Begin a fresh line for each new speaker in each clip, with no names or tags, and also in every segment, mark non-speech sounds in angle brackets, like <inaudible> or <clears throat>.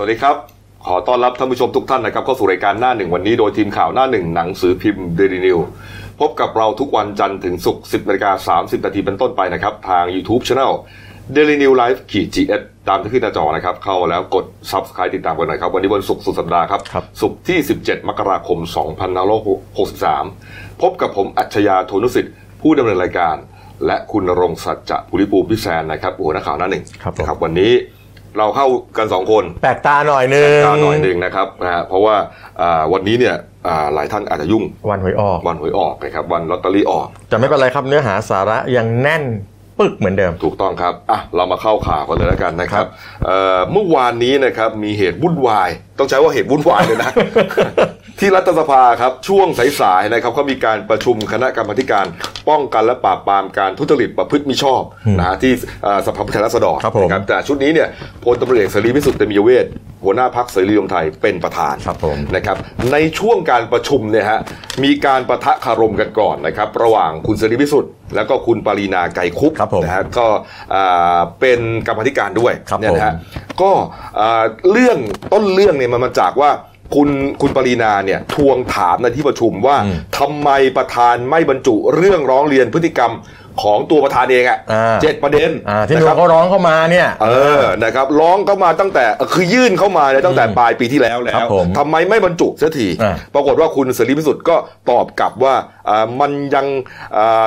สวัสดีครับ ขอต้อนรับท่านผู้ชมทุกท่านนะครับเข้าสู่รายการหน้าหนึ่งวันนี้โดยทีมข่าวหน้าหนึ่งหนังสือพิมพ์เดลินิวพบกับเราทุกวันจันทร์ถึงศุกร์10นาฬิกา30นาทีเป็นต้นไปนะครับ ทาง YouTube Channel Daily New Life ขีด GS ตามที่ขึ้นหน้าจอนะครับ เข้ามาแล้วกด Subscribe ติดตามกันหน่อยครับ วันนี้วันศุกร์สุดสัปดาห์ครับ
ครับ
ศุกร์ที่ 17 มกราคม 2563 พบกับผมอัจฉริยาโทนุสิทธิ์ ผู้ดำเนินรายการ และคุณณรงค์สัจจะภูริภูมิพิแซนนะครับหัวหน้าข่าวหน้าหนึ่ง
ครับผม
นะวันนี้เราเข้ากันสองคน
แปลกตาหน่อยนึง
กาวหน่อยหนึ่งนะครับนะฮะเพราะว่าอ่าวันนี้เนี่ยอ่าหลายท่านอาจจะยุ่ง
วันหวยออก
วันหวยออกนะครับวันลอตเตอรี่ออก
จะไม่เป็นไรครับเนื้อหาสาระยังแน่นปึกเหมือนเดิม
ถูกต้องครับอ่ะเรามาเข้าข่าวกันเลยแล้วกันนะครับเอ่อเมื่อวานนี้นะครับมีเหตุวุ่นวาย ต้องใช้ว่าเหตุวุ่นวาย
<laughs>
เลยนะ ที่รัฐสภาครับช่วงสายๆนะครับเขามีการประชุมคณะกรรมาธิการ ป้องกันและปราบปรามการทุจริตประพฤติมิชอบนะฮะที่อ่าสภาผู้แทนราษฎร
ครับผม
นะแต่ชุดนี้เนี่ยพลตำรวจเอกเสรีพิสุทธิ์เตมียเวทหัวหน้าพักเสรีรวมไทยเป็นประธาน
ครับผม
นะครับในช่วงการประชุมเนี่ยฮะมีการประทะคารมกันก่อนนะครับ ระหว่างคุณเสรีพิสุทธิ์แล้วก็คุณปรีนาไกรคุป
ครับผม
นะฮะก็อ่าเป็นกรรมาธิการด้วย
ครับ
เนี่ยนะฮะก็อ่าเรื่องต้นเรื่องเนี่ยมันมาจากว่าคุณคุณปรีนาเนี่ยทวงถามในที่ประชุมว่า
อืม
ทำไมประธานไม่บรรจุเรื่องร้องเรียนพฤติกรรมของตัวประธานเองอะ
อ่า
เจ็ดประเด็น
อ่าที่
นะ
น
คว รั
ล
บ
เขาร้องเข้ามาเนี่ย
เออ นะครับ ร้องเข้ามาตั้งแต่เอ่อคือยื่นเข้ามาเนี่ยตั้งแต่ปลายปีที่แล้วแล้
ครั
ว
บผม
ทำไมไม่บรรจุเสียที
อ่า
ปรากฏว่าคุณเสรีพิสุทธิ์ก็ตอบกลับว่าอ่ามันยังอ่า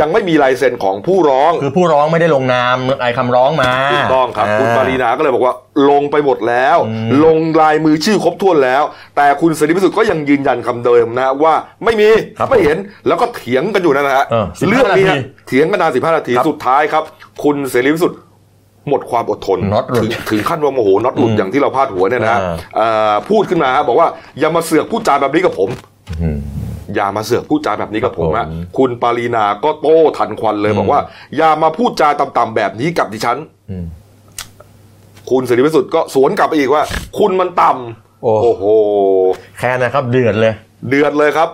ยังไม่มีลายเซ็นของผู้ร้อง
คือผู้ร้องไม่ได้ลงนามไอ้คำร้องมา
ถูกต้องครับ
า
คุณปารีนาก็เลยบอกว่าลงไปหมดแล้ว
อืม
ลงลายมือชื่อครบถ้วนแล้ว แต่คุณเสรีพิสุทธิ์ก็ยังยืนยันคำเดิมนะว่าไม่มี
ครับ
ไม่เห็นแล้วก็เถียงกันอยู่นั่นนะฮะ
เออ15
เรื่องนี้
นาที
เถียงกันนานสิบห้านาที
ครับ
สุดท้ายครับ คุณเสรีพิสุทธิ์หมดความอดทน
น็อตหลุด
ถึงถึงขั้นว่าโมโหน็อตหลุดอย่างที่เราพาดหัวเนี่ยนะฮะ
อ่า
เอ่อพูดขึ้นมาฮะบอกว่าอย่ามาเสือกพูดจาแบบนี้กับผม
อืม
อย่ามาเสือกพูดจาแบบนี้กับผม
ครั
อะ
บผม
คุณปารีนาก็โต้ทันควันเลย
อืม
บอกว่า อย่ามาพูดจาต่ำๆแบบนี้กับดิฉัน
อืม
คุณเสรีพิสุทธิ์ก็สวนกลับไปอีกว่า คุณมันต่ำ
โอ้
โห
แค่นะครับเดือดเลย
เดือดเลยครับ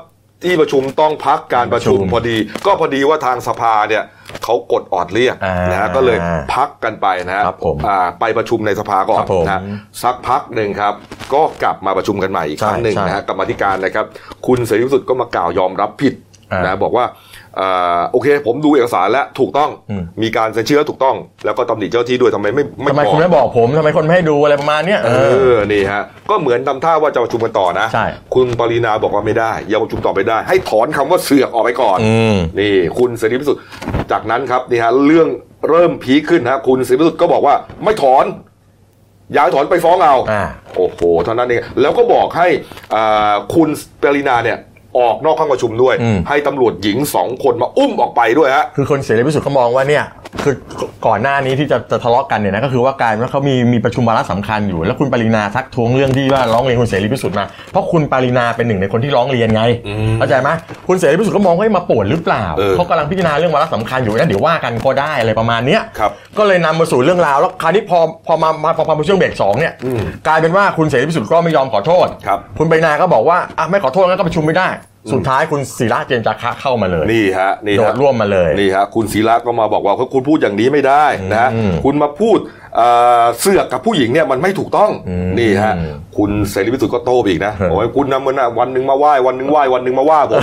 ที่ประชุมต้องพักการประชุม
ประชุม
พอดี ก็พอดีว่าทางสภาเนี่ยเขากดออดเรียก
อ่า
นะฮะก็เลยพักกันไปนะฮะ
ครับผม
อ่าไปประชุมในสภาก่อ
คน รับผม
นะฮะสักพักหนึ่งครับ ก็กลับมาประชุมกันใหม่อีก
ใช่
ครั้งหนึ่ง
ใช่
นะฮะกรรมาธิการนะครับ คุณเสรีพิสุทธิ์ก็มากล่าวยอมรับผิด
อ่าน
นะบอกว่าอ่าโอเค ผมดูเอกสารแล้วถูกต้อง
อืม
มีการเซ็นชื่อแล้วถูกต้อง แล้วก็ตำหนิเจ้าที่ด้วยทำไมไม่ไม่
ทำ
บอก
ไมคุณไม่บอกผมทำไมคนไม่ให้ดูอะไรประมาณเนี้ยเอ
เอ
อ
อ นี่ฮะ ก็เหมือนทำท่าว่าจะประชุมกันต่อนะ
ใช่
คุณปรินาบอกว่าไม่ได้ยังประชุมต่อไปได้ ให้ถอนคำว่าเสือกออกไปก่อน
อืม
นี่คุณเสรีพิสุทธิ์ จากนั้นครับนี่ฮะเรื่องเริ่มพีคขึ้นฮะคุณเสรีพิสุทธิ์ก็บอกว่าไม่ถอนอยากให้ถอนไปฟ้องเอา
อ่า
โอ้โห เท่านั้นเอง แล้วก็บอกให้อ่าคุณปรินาเนี่ยออกนอกห้องประชุมด้วย
อืม
ให้ตำรวจหญิงสองคนมาอุ้มออกไปด้วยฮะ
คือคนเสรีพิสุทธิ์เขามองว่าเนี่ยคือก่อนหน้านี้ที่จะจะทะเลาะกันเนี่ยนะก็คือว่ากลารว่าเขามีมีประชุมวาระสำคัญอยู่ แล้วคุณปรินาทักท้วงเรื่องที่ว่าร้องเรียนคุณเสรีพิสุทธิ์มาเพราะคุณปรินาเป็นหนึ่งในคนที่ร้องเรียนไงเข้าใจไหมคุณเสรีพิสุทธิ์ก็มองว่าเฮ้ยมาปวดหรือเปล่า
เออ
เขากำลังพิจารณาเรื่องวาระสำคัญอยู่นะเดี๋ยวว่ากันก็ได้อะไรประมาณเนี้ย
ครับ
ก็เลยนำมาสู่เรื่องราวแล้วคราวนี้พอพอมามาพอมาช่วงเบรกสองเนี่ย
อืม
กลายเป็นว่าคุณเสรีพิสุทธิ์ก็ไม่ยอมขอโทษ
ครับ
คุณปรินาก็บอกว่าอ่ะไม่ขอโทษงั้นก็ประชุมไม่ได้ สุดท้ายคุณศิระเจนจาคะเข้ามาเลย
นี่ฮะ นี่
โด
ฮะ
ดร่วมมาเลย
นี่ฮะคุณศิระก็มาบอกว่าคุณพูดอย่างนี้ไม่ได้นะ
อืม
คุณมาพูดเอ่อเสือกกับผู้หญิงเนี่ยมันไม่ถูกต้อง
อืม
นี่ฮะคุณเสรีพิสุทธิ์ก็โต้ไปอีกนะ
เออ
บอกว่าคุณนะมันน่ะวันหนึ่งมาไหว้วันหนึ่งไหว้วันหนึ่งมา
<laughs>
ว่าผม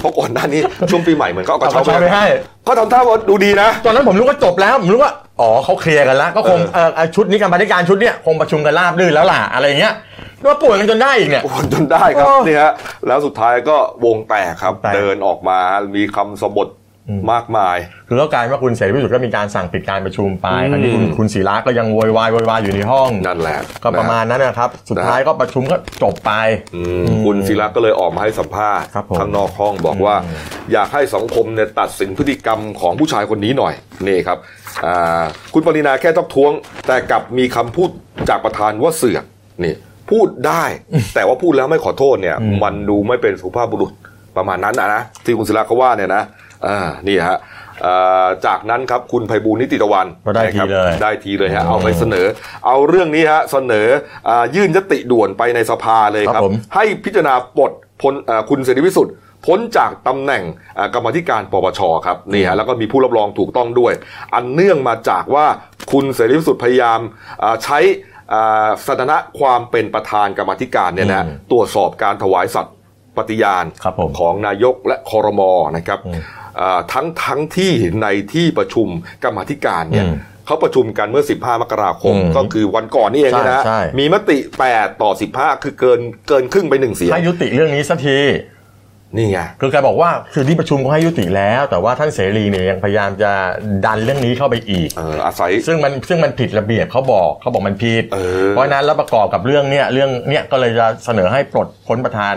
เพราะก่อนหน้านี้ช่วงปีใหม่เหมือนก็เอากระเช้า
เอากระเช้าไปให้
ก็ทำท่าว่าดูดีนะ
ตอนนั้นผมรู้ว่าจบแล้วผมรู้ว่าอ๋อเขาเคลียร์กันแล้วก็คง
เออ
เอ่อเอ่อชุดนี้การบรรณาธิการชุดเนี้ยคงประชุมกันราบรื่นแล้วล่ะอะไรอย่างเงี้ยว่าป่วยกันจนได้อีกเนี่ย
โอนจนได้ครับ
โอ้
นี่ฮะแล้วสุดท้ายก็วงแตกครับ
แตก
เดินออกมามีคำสบทมากมาย
คือก็กลายว่าคุณเสรีพิสุทธิ์ก็มีการสั่งปิดการประชุมไป
อืม
อันนี้คุณคุณศิระก็ยังโวยวายโวยวายอยู่ในห้อง
นั่นแหละ
ก็ประมาณนั้นนะครับ สุดท้ายก็ประชุมก็จบไป
อืมคุณศิระก็เลยออกมาให้สัมภาษณ์
ครับผม
ข้างนอกห้องบอกว่า อยากให้สังคมเนี่ยตัดสินพฤติกรรมของผู้ชายคนนี้หน่อยนี่ครับอ่าคุณปรินาแค่ต้องท้วง แต่กลับมีคำพูดจากประธานว่าเสือกนี่พูดได้ แต่ว่าพูดแล้วไม่ขอโทษเนี่ย มันดูไม่เป็นสุภาพบุรุษประมาณนั้นนะนะที่คุณศิระเขาว่าเนี่ยนะอ่านี่ฮะอ่าจากนั้นครับคุณไพบูลย์นิติตะวัน
ก็ได้
นะ
ที
ครับ
เลย
ได้ทีเลยฮะเอาไปเสนอ เอาเรื่องนี้ฮะเสนออายื่นยติด่วนไปในสภาเลยค
ครั
รับ
บผม
ให้พิจารณาปลดพลเอ่อคุณเสรีพิสุทธิ์พ้นจากตำแหน่งเอ่อกรรมาธิการปปชครับนี่ฮะแล้วก็มีผู้รับรองถูกต้องด้วย อันเนื่องมาจากว่าคุณเสรีพิสุทธิ์พยายามเอ่อใช้ อ่าสถานะความเป็นประธานกรรมาธิการเนี่ยนะ
อืม
ตรวจสอบการถวายสัตย์ปฏิญาณ
ครับผม
ของนายกและคอรมอนะครับ
อืม
อ่าทั้งทั้งที่ในที่ประชุมกรรมาธิการเนี่ย
อืม
เขาประชุมกันเมื่อ 15 มกราคม
อืม
ก็คือวันก่อนนี่เองเนี่ยนะ
ใช่ใช่
มีมติ 8 ต่อ 15 คือเกินเกินครึ่งไปหนึ่งเสียง
ให้ยุติเรื่องนี้สักที
นี่ไง
คือแกบอกว่าคือที่ประชุมก็ให้ยุติแล้ว แต่ว่าท่านเสรีเนี่ยยังพยายามจะดันเรื่องนี้เข้าไปอีก
เอออาศัย
ซึ่งมันซึ่งมันผิดระเบียบเขาบอกเขาบอกมันผิด
เออ
ราะฉะนั้นแล้วประกอบกับเรื่องเนี่ยเรื่องเนี่ยก็เลยจะเสนอให้ปลดพ้นประธาน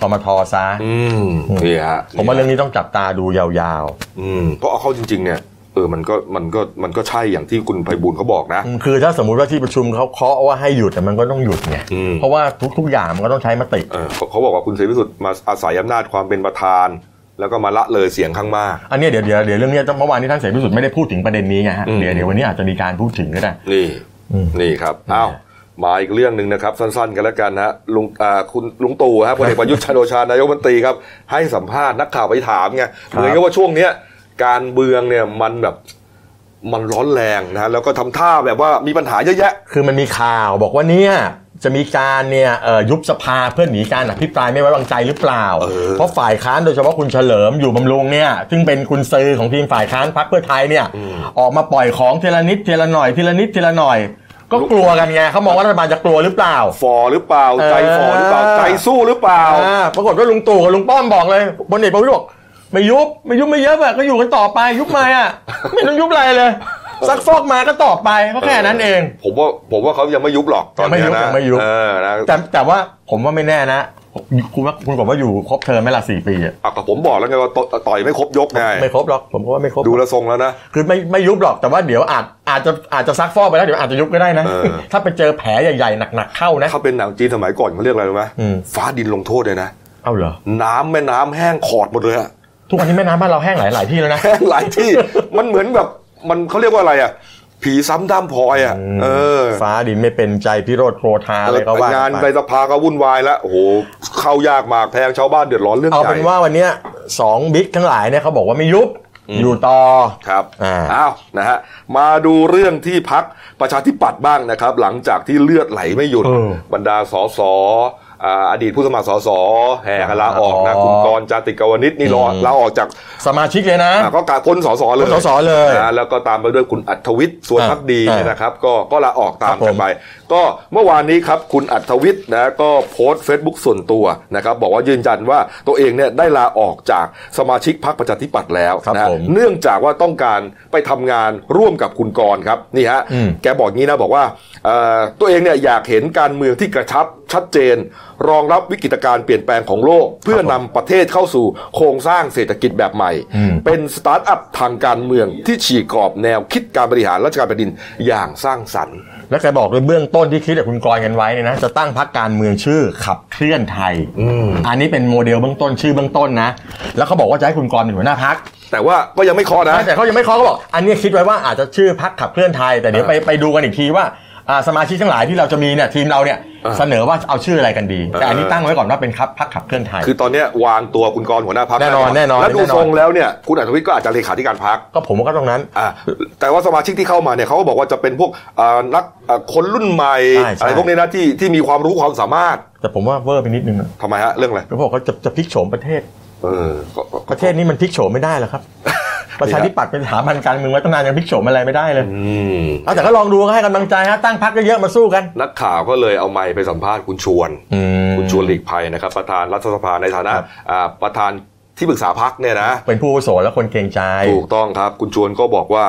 กมทซะ
อืมนี่ฮะ
ผมว่าเรื่องนี้ต้องจับตาดูยาว
อืมเพราะเอาเข้าจริง ๆ เนี่ยเออมันก็มันก็มันก็ใช่อย่างที่คุณไพบูลย์เขาบอกนะ
ๆอืมคือถ้าสมมุติว่าที่ประชุมเขาเคาะว่าให้หยุดแต่มันก็ต้องหยุดไง
อืม
เพราะว่าทุกๆอย่างมันก็ต้องใช้มติ
เออเขาเขาบอกว่าคุณเสรีพิสุทธิ์มาอาศัยอำนาจความเป็นประธาน แล้วก็มาละเลยเสียงข้างมาก
อันเนี้ยเดี๋ยวเดี๋ยวเดี๋ยวเรื่องเนี้ยเมื่อวานนี้ท่านเสรีพิสุทธิ์ไม่ได้พูดถึงประเด็นนี้ไงฮะ
อืม
เดี๋ยวเดี๋ยววันนี้อาจจะมีการพูดถึงก็ได้
นี่
อืม
นี่ครับอ้าวมาอีกเรื่องหนึ่งนะครับ สั้นๆ กันแล้วกันนะลุงอ่าคุณลุงตู่ครับพลเอกประยุทธ์ จันทร์โอชานายกรัฐมนตรีครับ ให้สัมภาษณ์นักข่าวไปถามไงเหมือนกับว่าช่วงเนี้ยการเมืองเนี่ยมันแบบมันร้อนแรงนะแล้วก็ทำท่าแบบว่ามีปัญหาเยอะแยะ
คือมันมีข่าวบอกว่าเนี่ยจะมีการเนี่ยเอ่อยุบสภาเพื่อหนีการอภิปรายไม่ไว้วางใจหรือเปล่า
เออ
เพราะฝ่ายค้านโดยเฉพาะคุณเฉลิมอยู่บำรุงเนี่ยซึ่งเป็นคุณซือของทีมฝ่ายค้านพรรคเพื่อไทยเนี่ยออกมาปล่อยของทีละนิดทีละหน่อยทีละนิดทีละหน่อย ก็กลัวกันไงเขามองว่ารัฐบาลจะกลัวหรือเปล่า
ฟอหรือเปล่าใจฟอหรือเปล่า
เออ
ใจสู้หรือเปล่า
อ่าปรากฏว่าลุงตู่กับลุงป้อมบอกเลยบนเอกประวิตรบอกไม่ยุบไม่ยุบไม่เยอะอะก็อยู่กันต่อไปยุบไหมาอะไม่ต้องยุบอะไรเลยซักฟอกมาก็ต่อไปก็แค่นั้นเอง
ผมว่าผมว่าเขายังไม่ยุบหรอกตอนเนี้
ยังไม่ยุบยั
นะ
งไม่ยุบ
เออนะ
แต่แต่ว่าผมว่าไม่แน่นะ คุณว่าคุณบอกว่าอยู่ครบเทอมไหมล่ะสี่ปีอะ
อ่ะก็ผมบอกแล้วไงว่าต่อต่อยไม่ครบยกไง
ไม่ครบหรอกผมก็ว่าไม่ครบ
ดูแลวทรงแล้วนะ
คือไม่ไม่ยุบหรอกแต่ว่าเดี๋ยวอาจอาจจะอาจจะซักฟอกไปแล้วเดี๋ยวอาจจะยุบก็ได้นะ
เออ
ถ้าไปเจอแผลใหญ่ๆหนักๆเข้านะ
ถ้าเป็นหนังจีนสมัยก่อนเขาเรียกอะไรรู้ไหม
อืม
ฟ้าดินลงโทษเลยนะ
เอาเหรอ
น้ำแม่น้ำแห้งขอดหมดเลย
<laughs>
อะ
ทุกวันนี้แม่น้ำบ้านเราแห้งหลายหลายๆที่แล้วนะ
แห้งหลายที่ มันเหมือนแบบมันเขาเรียกว่าอะไรอะผีซ้ำด้ามพลอยอะเออ
ฟ้าดินไม่เป็นใจพิโรธโครธาอะไรก็ว่าไป
งานในสภาก็วุ่นวายแล้วโอ้โหเข้ายากหมากแพงชาวบ้านเดือดร้อนเรื่อง
เอา
ใหญ่
เป็นว่าวันเนี้ยสองบิ๊กทั้งหลายเนี่ยเขาบอกว่าไม่ยุบอยู่ต่อ
ครับ
อ่า
อ้าวนะฮะมาดูเรื่องที่พักประชาธิปัตย์บ้างนะครับ หลังจากที่เลือดไหลไม่หยุด
เออ
บรรดาสสอาอดีตผู้สมัครสสแห่กันลาออกนะ
อ๋อ
คุณกรณ์จาติกาวนิตนี่รอลาออกจาก
สมาชิกเลยนะ
อ่าก็กลารพ้นสสเลย
พ้นสสเลย
นะแล้วก็ตามไปด้วยคุณอัธวิทย์ส่วนพักดี
อ่า
เนี่ยนะครับ ก็ก็ลาออกตาม
ครับผ
กัน
ม
ไป ก็เมื่อวานนี้ครับคุณอัธวิทย์นะก็โพสต์เฟซบุ๊กส่วนตัวนะครับ บอกว่ายืนยันว่าตัวเองเนี่ยได้ลาออกจากสมาชิกพรรคประชาธิปัตย์แล้ว
ครับ
นะฮะ
ผม
เนื่องจากว่าต้องการไปทำงานร่วมกับคุณกรณ์ครับนี่ฮะ
อืม
แกบอกงี้นะบอกว่าเอ่อตัวเองเนี่ยอยากเห็นการเมืองที่กระชับชัดเจน รองรับวิกฤตการณ์เปลี่ยนแปลงของโลก เพื่อนำประเทศเข้าสู่โครงสร้างเศรษฐกิจแบบใหม่ เป็นสตาร์ทอัพทางการเมืองที่ฉีกกรอบแนวคิดการบริหารราชการแผ่นดินอย่างสร้างสรรค์
แล้วแกบอกด้วยเบื้องต้นที่คิดกับคุณกรณ์กันไว้เนี่ยนะจะตั้งพรรคการเมืองชื่อขับเคลื่อนไทย อันนี้เป็นโมเดลเบื้องต้นชื่อเบื้องต้นนะ แล้วเขาบอกว่าจะให้คุณกรณ์เป็นหัวหน้าพรรค
แต่ว่าก็ยังไม่เคอนะ
แต่เขายังไม่เคาะเขาบอก อันนี้คิดไว้ว่าอาจจะชื่อพรรคขับเคลื่อนไทย แต่เดี๋ยวไปไปดูกันอีกทีว่าอ่าสมาชิกทั้งหลายที่เราจะมีเนี่ยทีมเราเนี่ยเสนอว่าเอาชื่ออะไรกันดี แต่อันนี้ตั้งไว้ก่อนว่าเป็นครับพรรคขับเคลื่อนไทย
คือตอนเนี้ยวางตัวคุณกรณ์หัวหน้าพัก
แน่นอนแน่นอน
แล้วดู
แน่นอน
ทรงแล้วเนี่ยคุณอัธวิทย์ก็อาจจะเลขาธิการพัก
ก็ผมว่าก็ตรงนั้น
อ่าแต่ว่าสมาชิกที่เข้ามาเนี่ยเขาก็บอกว่าจะเป็นพวกอ่านักอ่าคนรุ่นใหม่
ใช่ใช่
อะไรพวกนี้นะที่ที่มีความรู้ความสามารถ
แต่ผมว่าเวอร์ไปนิดนึงอะ
ทำไมฮะเรื่องอะไร
เขาบอกเขาจะจะพลิกโฉมประเทศ
เออก็ก็
ประเทศนี้มันพลิกโฉมไม่ได้หร <laughs> อกครับ ประชาธิปัตย์เป็นสถาบันการเมืองไว้ตั้งนานยังพลิกโฉมอะไรไม่ได้เลย
อืม
เอาแต่ก็ลองดูก็ให้กำลังใจฮะตั้งพรรคเยอะๆมาสู้กัน
นักข่าวก็เลยเอาไมค์ไปสัมภาษณ์คุณชวน คุณชวนหลีกภัยนะครับ ประธานรัฐสภาในฐานะอ่าประธานที่ปรึกษาพักเนี่ยนะ
เป็นผู้อาวุโสและคนเกรงใจ
ถูกต้องครับ คุณชวนก็บอกว่า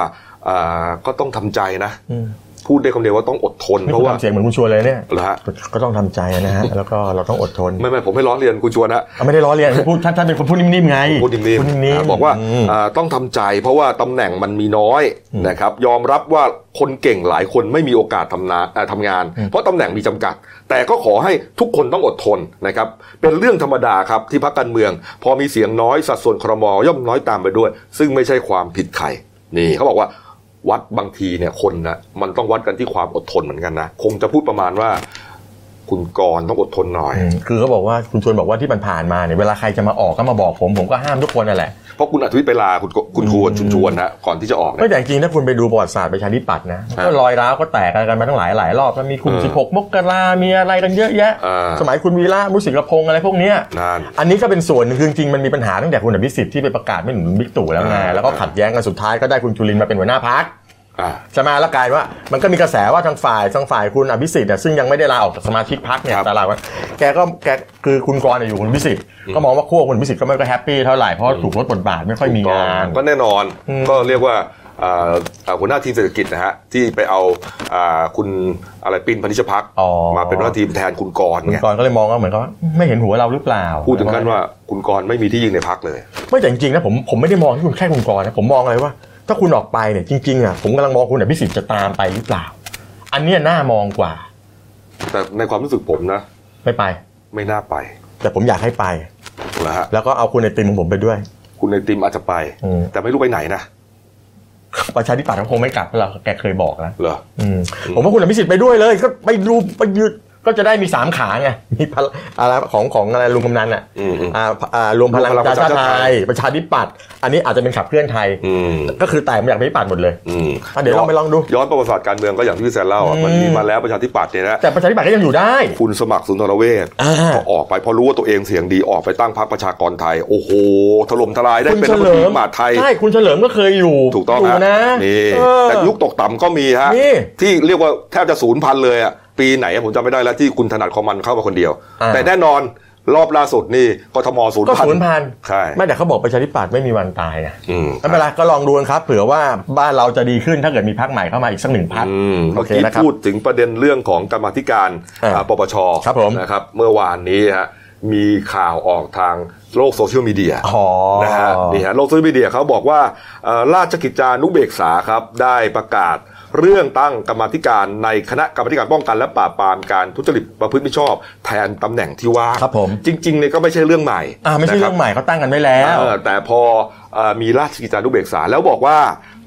อ่าก็ต้องทำใจนะ
อืม
พูดได้คำเดียวว่าต้องอดทน
ไม่
เพ
คุ
ราะ
ณ
ว่า
ทำเสียงเหมือนคุณชวนเลยเนี่ย
เหรอฮะ
ก็ก็ต้องทำใจนะฮะ <laughs> แล้วก็เราต้องอดทน
ไม่ไม่ผมให้ล้อเรียนคุณชวนฮะ
เอาไม่ได้ล้อเลียนพูดท่านท่านเป็นคนพูดนิ่มๆไง
พูดนิ่ม
พูด
ๆ
นิ่ม
อ่า
ๆ
บอกว่า
อืม
อ่าต้องทำใจเพราะว่าตำแหน่งมันมีน้อยนะครับ ยอมรับว่าคนเก่งหลายคนไม่มีโอกาสทำนาอ่าทำงาน เพราะตำแหน่งมีจำกัด แต่ก็ขอให้ทุกคนต้องอดทนนะครับ เป็นเรื่องธรรมดาครับที่พักการเมือง พอมีเสียงน้อยสัดส่วนครมย่อมน้อยตามไปด้วย ซึ่งไม่ใช่ความผิดใครนี่เขาบอกว่า วัดบางทีเนี่ยคนนะมันต้องวัดกันที่ความอดทนเหมือนกันนะ คงจะพูดประมาณว่า คุณกรณ์ต้องอดทนหน่อย
อืมคือเขาบอกว่าคุณชวนบอกว่าที่มันผ่านมาเนี่ยเวลาใครจะมาออกก็มาบอกผมผมก็ห้ามทุกคนนั่นแหละ
เพราะคุณอัธวิทย์ไปลาคุณคุณชวนชุนชวนนะก่อนที่จะออก
ก็
เนี่ย
แต่จริงๆถ้าคุณไปดูประวัติศาสตร์ประชาธิปัตย์นะ
ฮะ
ก็รอยร้าวก็แตกกันมาตั้งหลายหลายรอบแล้วมีคุณ
เออ
16 มกรามีอะไรกันเยอะแยะ
อ่า
สมัยคุณวีระมุสิกพงษ์อะไรพวกเนี้ย
นาน
อันนี้ก็เป็นส่วนหนึ่งคือจริงๆมันมีปัญหาตั้งแต่คุณอภิสิทธิ์ที่ไปประกาศไม่หนุนบิ๊กตู่แล้วไง
อ่า
แล้วก็ขัดแย้งกันสุดท้ายก็ได้คุณจุลินมาเป็นหัวหน้าพัก
อ่า
ใช่ไหมแล้วกลายว่ามันก็มีกระแสว่าทางฝ่ายทางฝ่ายคุณอภิสิทธิ์เนี่ยซึ่งยังไม่ได้ลาออกจากสมาชิกพักเนี่ย
ครับ
แต่ลาว่าแกก็แกคือคุณกรณ์เนี่ยอยู่คุณอภิสิทธิ์ก็มองว่าขั้วคุณอภิสิทธิ์ก็ไม่ค่อยแฮปปี้เท่าไหร่เพราะถูกลดบทบาทไม่ค่อยมีงาน
ก็แน่นอนก็เรียกว่าอ่าอ่าหัวหน้าทีมเศรษฐกิจนะฮะที่ไปเอาอ่าคุณอะไรปินพนิชพัก
อ๋อ
มาเป็นหัวหน้าทีมแทนคุณกรณ์
คุณ
ไง
กรณ์ก็เลยมองว่าเหมือนกับว่าไม่เห็นหัวเราหรือเปล่า
พูดถึงขั้นว่าคุณกรณ์ไม่มีที่ยืนในพักเลย
ไม่แต่จริงๆนะผมผมไม่ได้มองที่คุณแค่คุณกรณ์นะผมมองเลยว่า ถ้าคุณออกไปเนี่ยจริงๆอ่ะผมกำลังมองคุณอภิสิทธิ์จะตามไปหรือเปล่า อันเนี้ยน่ามองกว่า
แต่ในความรู้สึกผมนะ
ไม่ไป
ไม่น่าไป
แต่ผมอยากให้ไป
นะฮะ
แล้วก็เอาคุณไอติมของผมไปด้วย
คุณในติมอาจจะไป
อืม
แต่ไม่รู้ไปไหนนะ
ประชาธิปัตย์ก็คงไม่กลับเราแกเคยบอกแล้ว
เหรอ
อืมผมว่าคุณอภิสิทธิ์ไปด้วยเลยก็ไปดูไปยืดก็จะได้มีสามขาไงมีพลอะไรของของอะไรลุงกำนันอ่ะ
อืมอืม
อ่าอ่ารวมพลัง
รวมพลัง
ป
ประ ระชา
ชาชาติ
ชาติ
ไท
ไท
ย
ย
ประชาธิปัตย์อันนี้อาจจะเป็นขับเคลื่อนไทย
อืม
ก็คือแต่มาจากประชาธิปัตย์หมดเลย
อืม
อ่ะเดี๋ยวลองไปลองดู
ย้อนประวัติศาสตร์การเมืองก็อย่างที่พี่แซนเล่าอ่ะมันมีมาแล้วประชาธิปัตย์เนี่ยนะ
แต่ประชาธิปัตย์ก็ยังอยู่ได้
คุณสมัครสุนทรเวช
อ่า
ก็ออกไปเพอรู้ว่าตัวเองเสียงดีออกไปตั้งพรรคประชากรไทย โอ้โหถล่มทลายได้
คุณ
เป็น
เฉ
รัฐมนต
ลิ
รี
ม
มหาดไทย
ใช่คุณเฉลิมก็เคยอยู่
ถูกต้อง
ยู่
ฮะ
นะ
นี่
เออ
แต่ยุคตกต่ำก็มีฮะ
มี
ที่เรียกว่าแทบจะศูนย์พันเลยอ่ะปีไหนอะผมจำไม่ได้แล้วที่คุณถนัดคอมมันเข้ามาคนเดียว
อ่า
แต่แน่นอนรอบล่าสุดนี่กทมศูนย์
ก็
พัน
ศูนย์พัน
ใช่
ไม่แต่เขาบอกประชาธิปัตย์ไม่มีวันตายนะ
อืม
ไม่เป็นไรก็ลองดูกันครับเผื่อว่าบ้านเราจะดีขึ้นถ้าเกิดมีพักใหม่เข้ามาอีกสักหนึ่งพัก
อืม
โอ
เมื่อ
เค
กี้
นะครับ
พูดถึงประเด็นเรื่องของกรรมาธิการ
อ่า
อ่าปปช
ครับผม
นะครับเมื่อวานนี้ฮะมีข่าวออกทางโลกโซเชียลมีเดีย
อ๋อ
นะฮะนี่ฮะโลกโซเชียลมีเดียเขาบอกว่าเอ่อราชกิจจานุเบกษาครับ ได้ประกาศเรื่องตั้งกรรมาธิการในคณะกรรมาธิการป้องกันและปราบปรามการทุจริตประพฤติมิชอบ แทนตำแหน่งที่ว่าง
ครับผม
จริงๆเนี่ยก็ไม่ใช่เรื่องใหม่
อ่าไม่ใช่เรื่องใหม่เขาตั้งกันไว้แล้
นะค
ว
รับเออแต่พอเอ่อมีราชกิจจานุเบกษาแล้วบอกว่า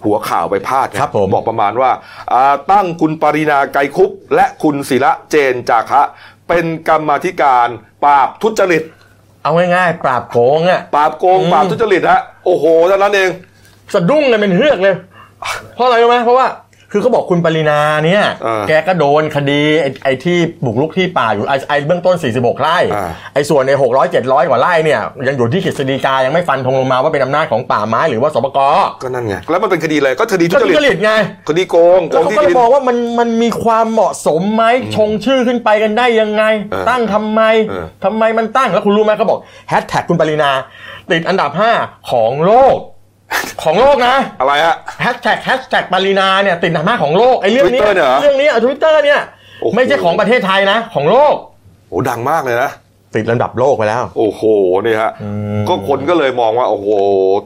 หัวข่าวไปพาดนะครับ
ผม
บอกประมาณว่าอ่าตั้งคุณปรินาไกรคุปต์และคุณศิระเจนจาคะ เป็นกรรมาธิการปราบทุจริต
เอาง่ายๆ ปราบโกงอ่ะ
ปราบโกงปราบทุจริตฮะโอ้โหเท่านั้นเอง
สะดุ้งกันเป็นเฮือกเลย เพราะอะไรรู้ไหมเพราะว่าคือเขาบอกคุณปรินาเนี่ย
เออ
แกก็โดนคดีไอ้ไอ้ที่บุกรุกที่ป่าอยู่ไอ้ไอ้เบื้องต้น 46 ไร่
อ่า
ไอ้ส่วนใน 600 700 กว่าไร่เนี่ย ยังอยู่ที่กฤษฎีกายังไม่ฟันธงลงมาว่าเป็นอำนาจของป่าไม้หรือว่าสปก
ก็นั่นไง แล้วมันเป็นคดีอะไร ก็คดีทุ
ก็
จ
ทุ
ริต
จริตไง
คดีโกง โก
แล้ว
ง
เขา
ที่
ก็เล
ดิ
ย
น
มองว่ามันมันมีความเหมาะสมไหมชงชื่อขึ้นไปกันได้ยังไง
เออ
ตั้งทำไม
เออ
ทำไมมันตั้งแล้วคุณรู้ไหมเขาบอกแฮชแท็กคุณปรินา ติดอันดับ 5 ของโลก ของโลกนะ
อะไรฮะ
แฮชแท็กแฮชแท็กปรินาเนี่ยติดอันดับ 5 ของโลกไอ้เรื่องนี้
Twitter เนี่ยเหรอ
เรื่องนี้ทวิตเตอร์เนี่ย
โอ้โห
ไม่ใช่ของประเทศไทยนะ ของโลก
โอ้ดังมากเลยนะ
ติดลำดับโลกไปแล้ว
โอ้โห นี่ฮะ
ม
ก็คนก็เลยมองว่า โอ้โห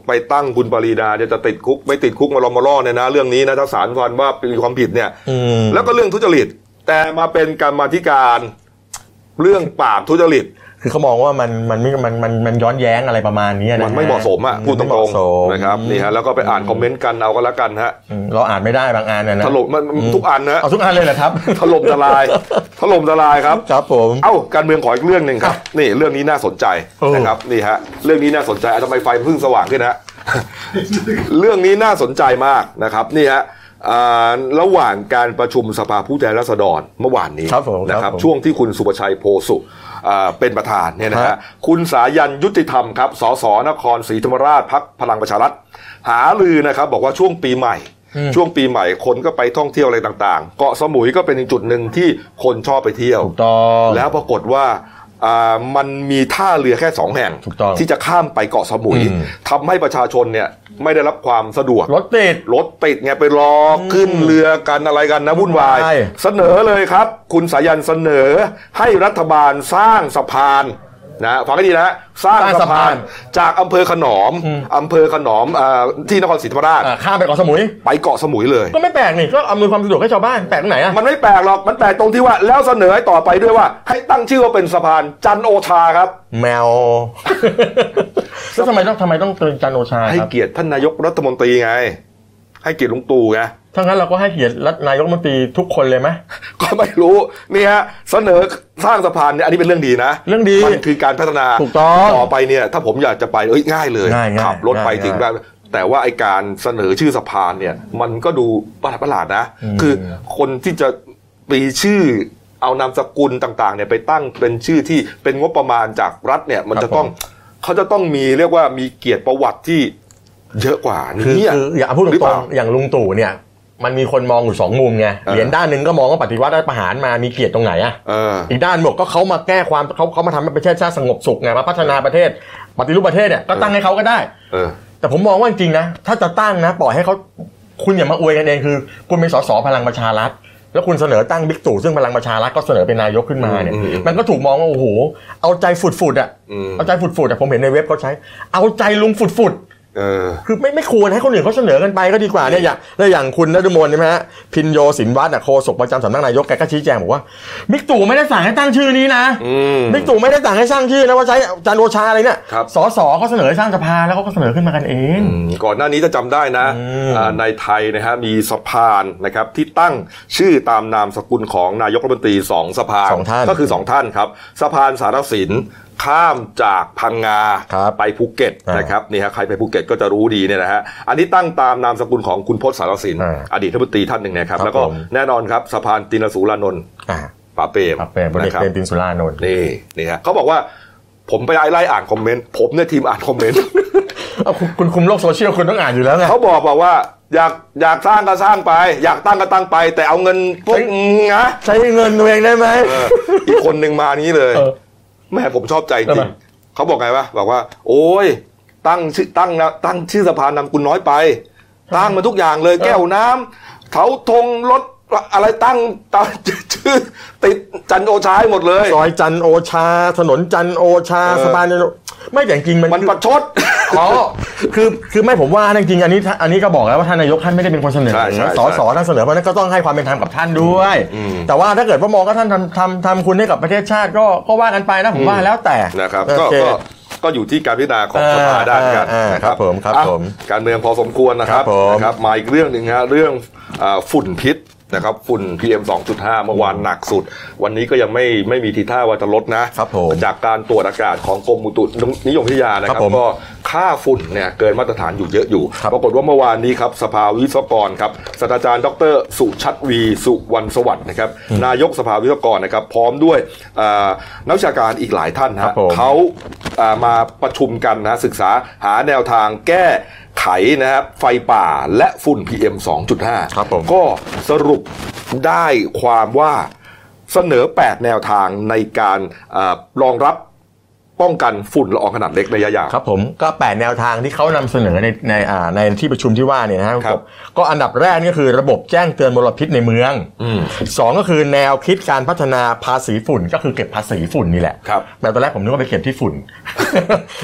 ไปตั้งคุณปรีดาเนี่ยจะติดคุก ไม่ติดคุกมาลอมมาล่อเนี่ยนะ เรื่องนี้นะ ถ้าศาลฟันว่ามีความผิดเนี่ย
อืม
แล้วก็เรื่องทุจริต แต่มาเป็นกรรมาธิการ เรื่องปราบทุจริต
คือเขามองว่ามันมันไม่มันมันมันย้อนแย้งอะไรประมาณนี้นะ
มันไม่เหมาะสมอ่ะพูดตร
ไม่เห
ง
มาะสม
ๆนะครับ นี่ฮะ แล้วก็ไปอ่านคอมเมนต์กันเอาก็แล้วกันฮะ
อืมเราอ่านไม่ได้บางอันนะนะ
ถล่มมันทุกอันนะฮะ
เอาทุกอันเลยเหรอครับ
ถล่มท
<laughs>
ลาย ถล่มทลายครับ
ครับผม
เอ้าการเมืองขออีกเรื่องหนึ่งครับ นี่เรื่องนี้น่าสนใจ
เออ
นะครับนี่ฮะเรื่องนี้น่าสนใจอ่ะทำไมไฟเพิ่งสว่างขึ้น
<laughs>
ฮะ เรื่องนี้น่าสนใจมากนะครับนี่ฮะอ่าระหว่างการประชุมสภาผู้แทนราษฎรเมื่อวานนี้
ครับผม
นะครับ
ผม
ช่วงที่คุณสุประชัยโพสุอ่าเป็นประธานเนี่ยนะ
ครั
ฮะ
บ
คุณสายันยุติธรรมครับสสนครศรีธรรมราชพักพลังประชารัฐหาลือนะครับ บอกว่าช่วงปีใหม่ ช่วงปีใหม่คนก็ไปท่องเที่ยวอะไรต่างๆ เกาะสมุยก็เป็นอีกจุดหนึ่งที่คนชอบไปเที่ยว
ถูกต้อง
แล้วปรากฏว่าอ่ามันมีท่าเรือแค่สองแห่ง
ถูกต้อง
ที่จะข้ามไปเกาะสมุย
อืม
ทำให้ประชาชนเนี่ยไม่ได้รับความสะดวก
รถติด
รถติดไงไปรอขึ้นเรือกันอะไรกันนะวุ่นวาย
วุ่นวาย
เสนอเลยครับ คุณสายันเสนอให้รัฐบาลสร้างสะพานนะฟังให้ดีนะ สร้างสะพานจากอำเภอขนอมอำเภอขนอมอ่าที่นครศรีธรรมราช
อ่าข้ามไปเกาะสมุย
ไปเกาะสมุยเลย
ก็ไม่แปลกนี่ ก็อำนวยความสะดวกให้ชาวบ้าน แปลกตรงไหนอ่ะ
มันไม่แปลกหรอกมันแปลกตรงที่ว่าแล้วเสนอให้ต่อไปด้วยว่า ให้ตั้งชื่อว่าเป็นสะพานจันโอชาครับ
แมว แล้วทำไมต้องทำไมต้องเตือนจันทร์โอชา
ให้
ครับ
เกียรติท่านนายกรัฐมนตรีไง <laughs> ให้เกียรติลุงตู่ไง
ถ้างั้นเราก็ให้เกียรติรัฐนายกรัฐมนตรีทุกคนเลยไหม
ก็ไม่รู้นี่ฮะเสนอสร้างสะพานเนี่ยอันนี้เป็นเรื่องดีนะ
เรื่องดี
มันคือการพัฒนา
ถูกต้อง
ต่อไปเนี่ย ถ้าผมอยากจะไปเอ้ยง่ายเลย
ง่ายๆ
ขับรถไป
ง่ายๆ
ถึงแบบแต่ว่าไอการเสนอชื่อสะพานเนี่ย มันก็ดูประหลาดประหลาดๆนะ
อืม
คือคนที่จะปีชื่อเอานามสกุลต่างๆเนี่ยไปตั้งเป็นชื่อที่เป็นงบประมาณจากรัฐเนี่ย มันจะต้องเขาจะต้องมีเรียกว่ามีเกียรติประวัติที่เยอะกว่านี้
คือ
อะ
คืออย่าพูดต
หรือ
ร
เป
ง
ล่า
ๆอย่างลุงตู่เนี่ย มันมีคนมองอยู่สองมุมไง
เออ
เหรียญด้านหนึ่งก็มองว่าปฏิวัติรัฐประหารมามีเกียรติตรงไหนอะ
เออ
อีกด้านบอกก็เขามาแก้ความเขาเขามาทำให้ประเทศชาติสงบสุขไงมาพัฒนาประเทศปฏิรูปประเทศเนี่ยก็ตั้งให้เขาก็ได้
เออ
แต่ผมมองว่าจริงๆนะ ถ้าจะตั้งนะ ปล่อยให้เขาคุณอย่ามาอวยกันเองคือ คุณเป็นสสพลังประชารัฐ แล้วคุณเสนอตั้งบิ๊กตู่ซึ่งพลังประชารัฐก็เสนอเป็นนายกขึ้นมาเนี่ย
อืมอืม
มันก็ถูกมองว่าโอ้โหเอาใจฝุดๆอ่ะ
อืม
เอาใจฝุดๆอ่ะผมเห็นในเว็บเขาใช้ เอาใจลุงฝุดๆ
เออ
คือไม่ไม่ควรให้คนอื่นเขาเสนอกันไปก็ดีกว่าเนี่ยอย่างแล้วอย่างคุณนฤมลใช่ไหมฮะพินโยสินวัฒน์อะโฆษกประจำสำนักนายกแกก็ชี้แจงบอกว่าบิ๊กตู่ไม่ได้สั่งให้ตั้งชื่อนี้นะ
อืม
บิ๊กตู่ไม่ได้สั่งให้สร้างชื่อนะว่าใช้จันทร์โอชาอะไรเนี่ย
ครับ
สสเขาเสนอให้สร้างสภาแล้วเขาก็เสนอขึ้นมากันเอง
อืมก่อนหน้านี้จะจำได้นะ
อืม
อ่าในไทยนะฮะมีสะพานนะครับที่ตั้งชื่อตามนามสกุลของนายกรัฐมนตรีสองสะพาน
สองท่าน
ก็คือสองท่านครับสะพานสารสินข้ามจากพังงา
ครับ
ไปภูเก็ต
อ่าน
นะครับนี่ฮะใครไปภูเก็ตก็จะรู้ดีเนี่ยนะฮะอันนี้ตั้งตามนามสกุลของคุณพศสารสิน
อ่า
อดีตรัฐมนตรีท่านหนึ่งเนะครับ
ครับ
แล้วก็
ผม
แน่นอนครับสะพานตินสุรานนท์
อ่า
ป๋าเปรม
ครับเป็นพลเอก
นะครับ
เปรมตินสุรานนท์
นี่นี่ฮะเขาบอกว่าผมไปไล่อ่านคอมเมนต์ผมเนี่ยทีมอ่านคอมเมนต์
เอาคุณคุณคุมโลกโซเชียลคุณต้องอ่านอยู่แล้วไง
<laughs> เขาบอกบอกว่าอยากอยากสร้างก็สร้างไป อยากตั้งก็ตั้งไป แต่เอาเงินพวก
เฮ้ย
อืมนะ <laughs>
ใช้เงินตัวเองได้ไหม
เอออีกคนหนึ่งมานี้เลย
เออ
แม่ผมชอบใจจ
ทำ
ริ
ไม
งเขาบอกไงวะบอกว่า โอ้ย ตั้งชื่อตั้งนะตั้งชื่อสะพานนำกุลน้อยไป ตั้งมาทุกอย่างเลย แก้วน้ำเถาธงรถอะไรตั้งตั้ง <laughs> ชื่อติดจันโอชาให้หมดเลย
ซอยจันทร์โอชา ถนนจันทร์โอชา
เออ
สะพานจันทร์โอไม่แต่จริงๆมัน
มันประชด
อ๋อคือคือไม่ผมว่านะจริงๆอันนี้ท่านอันนี้ก็บอกแล้วว่าท่านนายกท่านไม่ได้เป็นคนเสนอ
ใช่ใช่
นะสสท่านเสนอเพราะฉะนั้นก็ต้องให้ความเป็นธรรมกับท่านด้วย
อืม
แต่ว่าถ้าเกิดว่ามองก็ท่านทำทำทำคุณให้กับประเทศชาติก็ก็ว่ากันไปนะผมว่าแล้วแต่
นะครับ
โอ
ก็
เค
ก็ก็อยู่ที่การพิจารณาของ
อ่า
สภาด้านกัน
อ่าอ่า
นะครับ
ผมครับ
อ่ะ
ผม
การเมืองพอสมควรนะครับ
ครับผม
นะครับมาอีกเรื่องหนึ่งฮะเรื่องอ่าฝุ่นพิษนะครับฝุ่น PM 2.5 เมื่อวานหนักสุด วันนี้ก็ยังไม่ไม่มีทีท่าว่าจะลดนะครับ
ผม
จากการตรวจอากาศของกรมอุตุนิยมวิทยานะค
ครั
รับบ
ผม
ก็ค่าฝุ่นเนี่ยเกินมาตรฐานอยู่เยอะอยู่
ครับ
ปรากฏว่าเมื่อวานนี้ครับสภาวิศวกรครับศาสตราจารย์ดรสุชัดวีสุวรรณสวัสดิ์นะครับนายกสภาวิศวกรนะครับพร้อมด้วยอ่านักวิชาการอีกหลายท่านนะ
ครั
ฮะ
บผม
เขา เขาอ่ามาประชุมกันนะศึกษาหาแนวทางแก้ไขนะครับไฟป่าและฝุ่น PM 2.5
ครับผม
ก็สรุปได้ความว่าเสนอ 8 แนวทางในการอารองรับป้องกันฝุ่นละอองขนาดเล็กระยะยาว
ครับผมก็ 8 แนวทางที่เขานำเสนอในในอ่าในที่ประชุมที่ว่าเนี่ยนะครับ ก็อันดับแรกนี่ก็คือระบบแจ้งเตือนมลพิษในเมือง
อืม
สองก็คือแนวคิดการพัฒนาภาษีฝุ่นก็คือเก็บภาษีฝุ่นนี่แหละ
ครับ
แต่ตอนแรกผมนึกว่าไปเก็บที่ฝุ่น <laughs>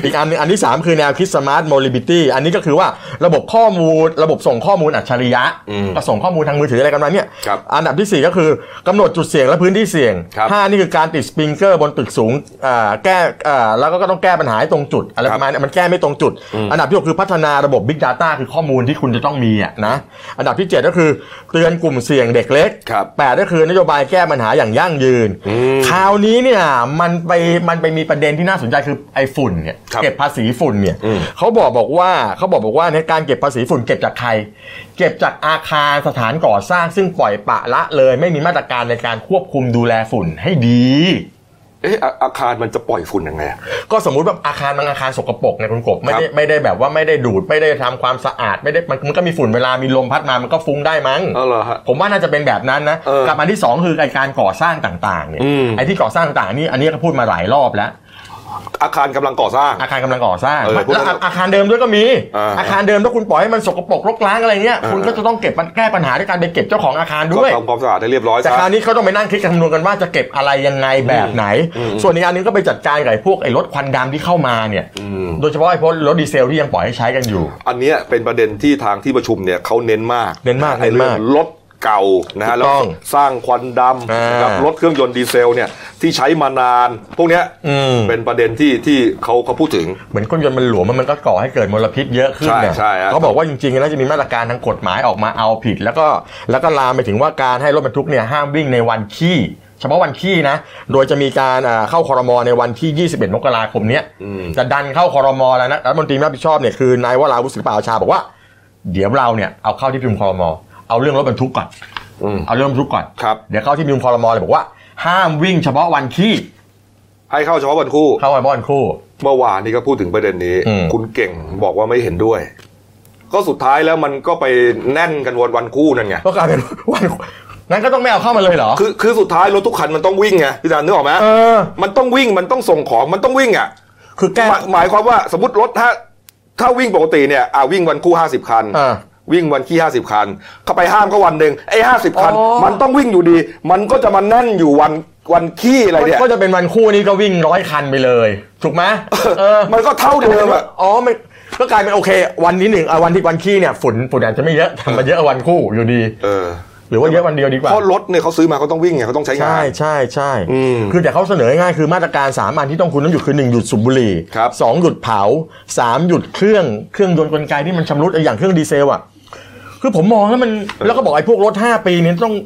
อีกอันหนึงอันที่ 3 คือแนวคิด smart mobility อันนี้ก็คือว่าระบบข้อมูลระบบส่งข้อมูลอัจฉริยะ
อืม
ก็ส่งข้อมูลทางมือถืออะไรกันมาเนี่ย
ครับ
อันดับที่สี่ก็คือกำหนดจุดเสี่ยงและพื้นที่เสี่ยง
ครับ
ห้านี่คือการติดสปริงเกอร์บนตึกสูงอ่าแก้อ่าแล้วก็ก็ต้องแก้ปัญหาให้ตรงจุดอะไรประมาณเนี้มันแก้ไม่ตรงจุด อันดับที่หกคือพัฒนาระบบ Big Data คือข้อมูลที่คุณจะต้องมีอ่ะนะอันดับที่เจ็ดก็คือเตือนกลุ่มเสี่ยงเด็กเล็ก
ครับ
แปดก็คือนโยบายแก้ปัญหาอย่างยั่งยืน
อืม
คราวนี้เนี่ยมันไปมันไปมีประเด็นที่น่าสนใจคือไอ้ฝุ่นเนี่ย
ครับ
เก็บภาษีฝุ่นเนี่ย
อืม
เขาบอกบอกว่าเขาบอกบอกว่าในยการเก็บภาษีฝุ่นเก็บจากใคร เก็บจากอาคารสถานก่อสร้างซึ่งปล่อยปละละเลย ไม่มีมาตรการในการควบคุมดูแลฝุ่นให้ดี
เอ๊ะอาอาคารมันจะปล่อยฝุ่นยังไงอะ
ก็สมมุติว่าอาคารบางอาคารสกปรกในยคุณกบไม่ได้
ครับ
ไม่ได้แบบว่าไม่ได้ดูดไม่ได้ทำความสะอาดไม่ได้มันมันก็มีฝุ่นเวลามีลมพัดมามันก็ฟุ้งได้มั้ง
เออเหรอฮะ
ผมว่าน่าจะเป็นแบบนั้นนะ
เออ
กับอันที่สองคือไอการก่อสร้างต่างๆเนี่ย
อืม
ไอที่ก่อสร้างต่างๆนี่อันนี้ก็พูดมาหลายรอบแล้ว
อาคารกำลังก่อสร้าง
อาคารกำลังก่อสร้าง
เออ
แล้ว
พูด
แล้ว
แล้ว
อาอาคารเดิมด้วยก็มี
อ่า
อาคารเดิมถ้าคุณปล่อยให้มันสกปรกรกร้างอะไรเงี้ย
เออ
คุณก็จะต้องเก็บมันแก้ปัญหาด้วยการไปเก็บเจ้าของอาคาร
ก็
ด้วย
ทำความสะอาดให้เรียบร้อย
แต่
ซะ
คราวนี้เขาต้องไปนั่งคิดคำนวณกันว่าจะเก็บอะไรยังไงแบบไหน
อืม
ส่วนอีกอันหนึงก็ไปจัดการกับไอ้พวกไอ้รถควันดำที่เข้ามาเนี่ย
อืม
โดยเฉพาะไอ้พวกรถดีเซลที่ยังปล่อยให้ใช้กันอยู่
อันเนี้ยเป็นประเด็นที่ทางที่ประชุมเนี่ยเขาเน้นมาก
เน้นมาก
ไอ้
เน้นมาก
รื่องลด เก่านะฮะ
ถู
แล้ว
กต้อง
สร้างควันดำนะครับ
อ่าร
ถเครื่องยนต์ดีเซลเนี่ยที่ใช้มานาน พวกเนี้ย
อืม
เป็นประเด็นที่ที่เขาเขาพูดถึง
เหมือนเครื่องยนต์มันหลวมมันก็ก่อให้เกิดมลพิษเยอะขึ้นเนี่ย
ใช่ใช่ฮะ
เขาบอกว่าจริงๆแล้วจะมีมาตรการทางกฎหมายออกมาเอาผิด แล้วก็แล้วก็ลามไปถึงว่าการให้รถบรรทุกเนี่ยห้ามวิ่งในวันขี้เฉพาะวันขี้นะ โดยจะมีการอ่าเข้าคอรมอในวันที่ 21 มกราคมเนี้ยจะดันเข้าคอรมอแล้วนะรัฐมนตรีรับผิดชอบเนี่ยคือนายวราวุฒิศิลปอาชาบอกว่า เดี๋ยวเราเนี่ยเอาเข้าที่ประชุมคอรมอเอาเรื่องรถบรรทุกก่อน
อืม
เอาเรื่องรถบรรทุกก่อน
ครับ
เดี๋ยวเข้าที่ประชุมคอรมอเลยบอกว่า ห้ามวิ่งเฉพาะวันขี้
ให้เข้าเฉพาะวันคู่
เข้าไปบ้านครู่
เมื่อวานนี้ก็พูดถึงประเด็นนี้
อืม
คุณเก่งบอกว่าไม่เห็นด้วย ก็สุดท้ายแล้วมันก็ไปแน่นกันวันวันคู่นั่นไง
ก็กลายเป็น <laughs> วันงั้นก็ต้องไม่เอาเข้ามาเลยเหรอ
คือคือสุดท้ายรถทุกคันมันต้องวิ่งไงพี่ดานนึกออกไหม
เออ
มันต้องวิ่งมันต้องส่งของมันต้องวิ่งอ่ะ
คือแก้
หมายหมายความว่าสมมติรถถ้าถ้าวิ่งปกติเนี่ยอ่าวิ่งวันคู่ห้าสิบคัน
อ่า
วิ่งวันขี้ห้าสิบคัน เข้าไปห้ามก็วันหนึ่งไอ้ห้าสิบคัน
อ๋อ
มันต้องวิ่งอยู่ดี มันก็จะมาแน่นอยู่วันวันขี้อะไรเนี่ย
ก็จะเป็นวันคู่นี้ก็วิ่งร้อยคันไปเลย ถูกไหมเออ
มันก็เท่าเดิมอ่ะ
อ๋อมันก็กลายเป็นโอเค วันนี้หนึ่งอ่ะวันที่วันขี้เนี่ยฝุ่นฝุ่นอาจจะไม่เยอะแต่มันเยอะกว่าวันคู่อยู่ดี
เออ
หรือว่าเยอะวันเดียวดีกว่า
เพราะรถเนี่ยเขาซื้อมาเขาต้องวิ่งไงเขาต้องใช้งา
ใช่
น
ใช่ใช่
อืม
คือแต่เขาเสนอง่ายๆคือมาตรการสามอันที่ต้องคุณต้องหยุดคือหนึ่งหยุดสูบบุหรี่
ครับ
สองหยุดเผาสามหยุดเครื่องเครื่องยนต์กลไกที่มันชำรุดอย่างเครื่องดีเซลอ่ะคือผมมองแล้วมันแล้วก็บอกไอ้พวกรถห้าปีเนี่ยต้อง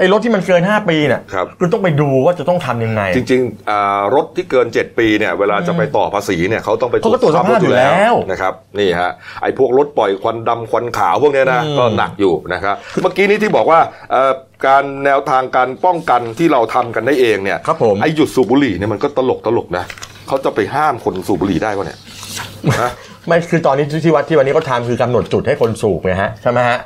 ไอ้รถที่มันเกินห้าปีเนี่ย
ครับ
อต้องไปดูว่าจะต้องทำยังไง
จริงๆอ่ารถที่เกิน 7 ปีเนี่ยเวลาจะไปต่อภาษีเนี่ยเขาต้องไป
เขาก็ตรวจสภาพอยู่แล้ว
นะครับนี่ฮะไอ้พวกรถปล่อยควันดำควันขาวพวกเนี้ยนะก็หนักอยู่นะครับเมื่อกี้นี้ที่บอกว่าเอ่อการแนวทางการป้องกันที่เราทำกันได้เองเนี่ย
ครับผม
ไอ้หยุดสูบบุหรี่เนี่ยมันก็ตลกตลกๆนะเขาจะไปห้ามคนสูบบุหรี่ได้ปะเนี่ยนะ
ไม่คือตอนนี้ที่วัดที่วันนี้เขาทำคือกำหนดจุดให้คนสูบไงฮะใช่ไหมฮะ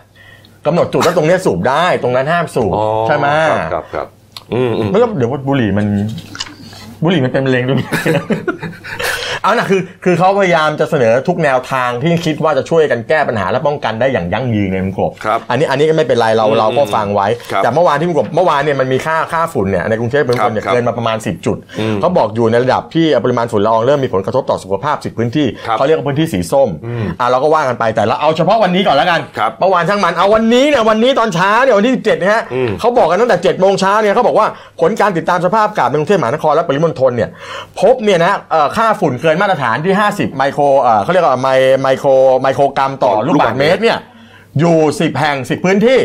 กำหนดจุดว่าตรงเนี้ยสูบได้ ตรงนั้นห้ามสูบ
อ๋อ
<laughs> ใช่ไหม
ครับครับครับอืมอืม
ไม่ต้องเดี๋ยวว่าบุหรี่มันบุหรี่มันเป็นมะเร็งด้วย <laughs> เอาน่ะคือคือเขาพยายามจะเสนอทุกแนวทางที่คิดว่าจะช่วยกันแก้ปัญหาและป้องกันได้อย่างยั่งยืนในมุมกบ
ครับ
อันนี้อันนี้ก็ไม่เป็นไรเราเราก็ฟังไว้
ครับ
แต่เมื่อวานที่มุมกบเมื่อวานเนี่ยมันมีค่าค่าฝุ่นเนี่ยในกรุงเทพเป็นคนเนี่ย
ครับ
เกินมาประมาณ 10 จุดเขาบอกอยู่ในระดับที่ปริมาณฝุ่นละอองเริ่มมีผลกระทบต่อสุขภาพ10พื้นที่
ครับ
เขาเรียกว่าพื้นที่สีส้มอ่ะเราก็ว่ากันไปแต่เราเอาเฉพาะวันนี้ก่อนแล้วกัน
ครับ
เมื่อวานช่างมันเอาวันนี้เนี่ยวันนี้ตอนเช้าเนี่ยวันที่17นะฮะ เขาบอกกันตั้งแต่7จ็ดโมงเช้าเนี่ยเขาบอกว่าผลการติดตามสภาพอากาศในกรุงเทพมหานครและปริมณฑลเนี่ยพบเนี่ยนะเอ่อค่าฝุ่นเกินมาตรฐานที่ 50 ไมโครเอ่อเขาเรียกว่าไมไมโครไมโครกรัมต่อ
ต่อลู
ลู
ก
ก
บา
บา
ศ
ศ
ก์
ก์
เมต
เมต
ร
รเนี่ยอยู่ 10 แห่ง 10 พื้นที่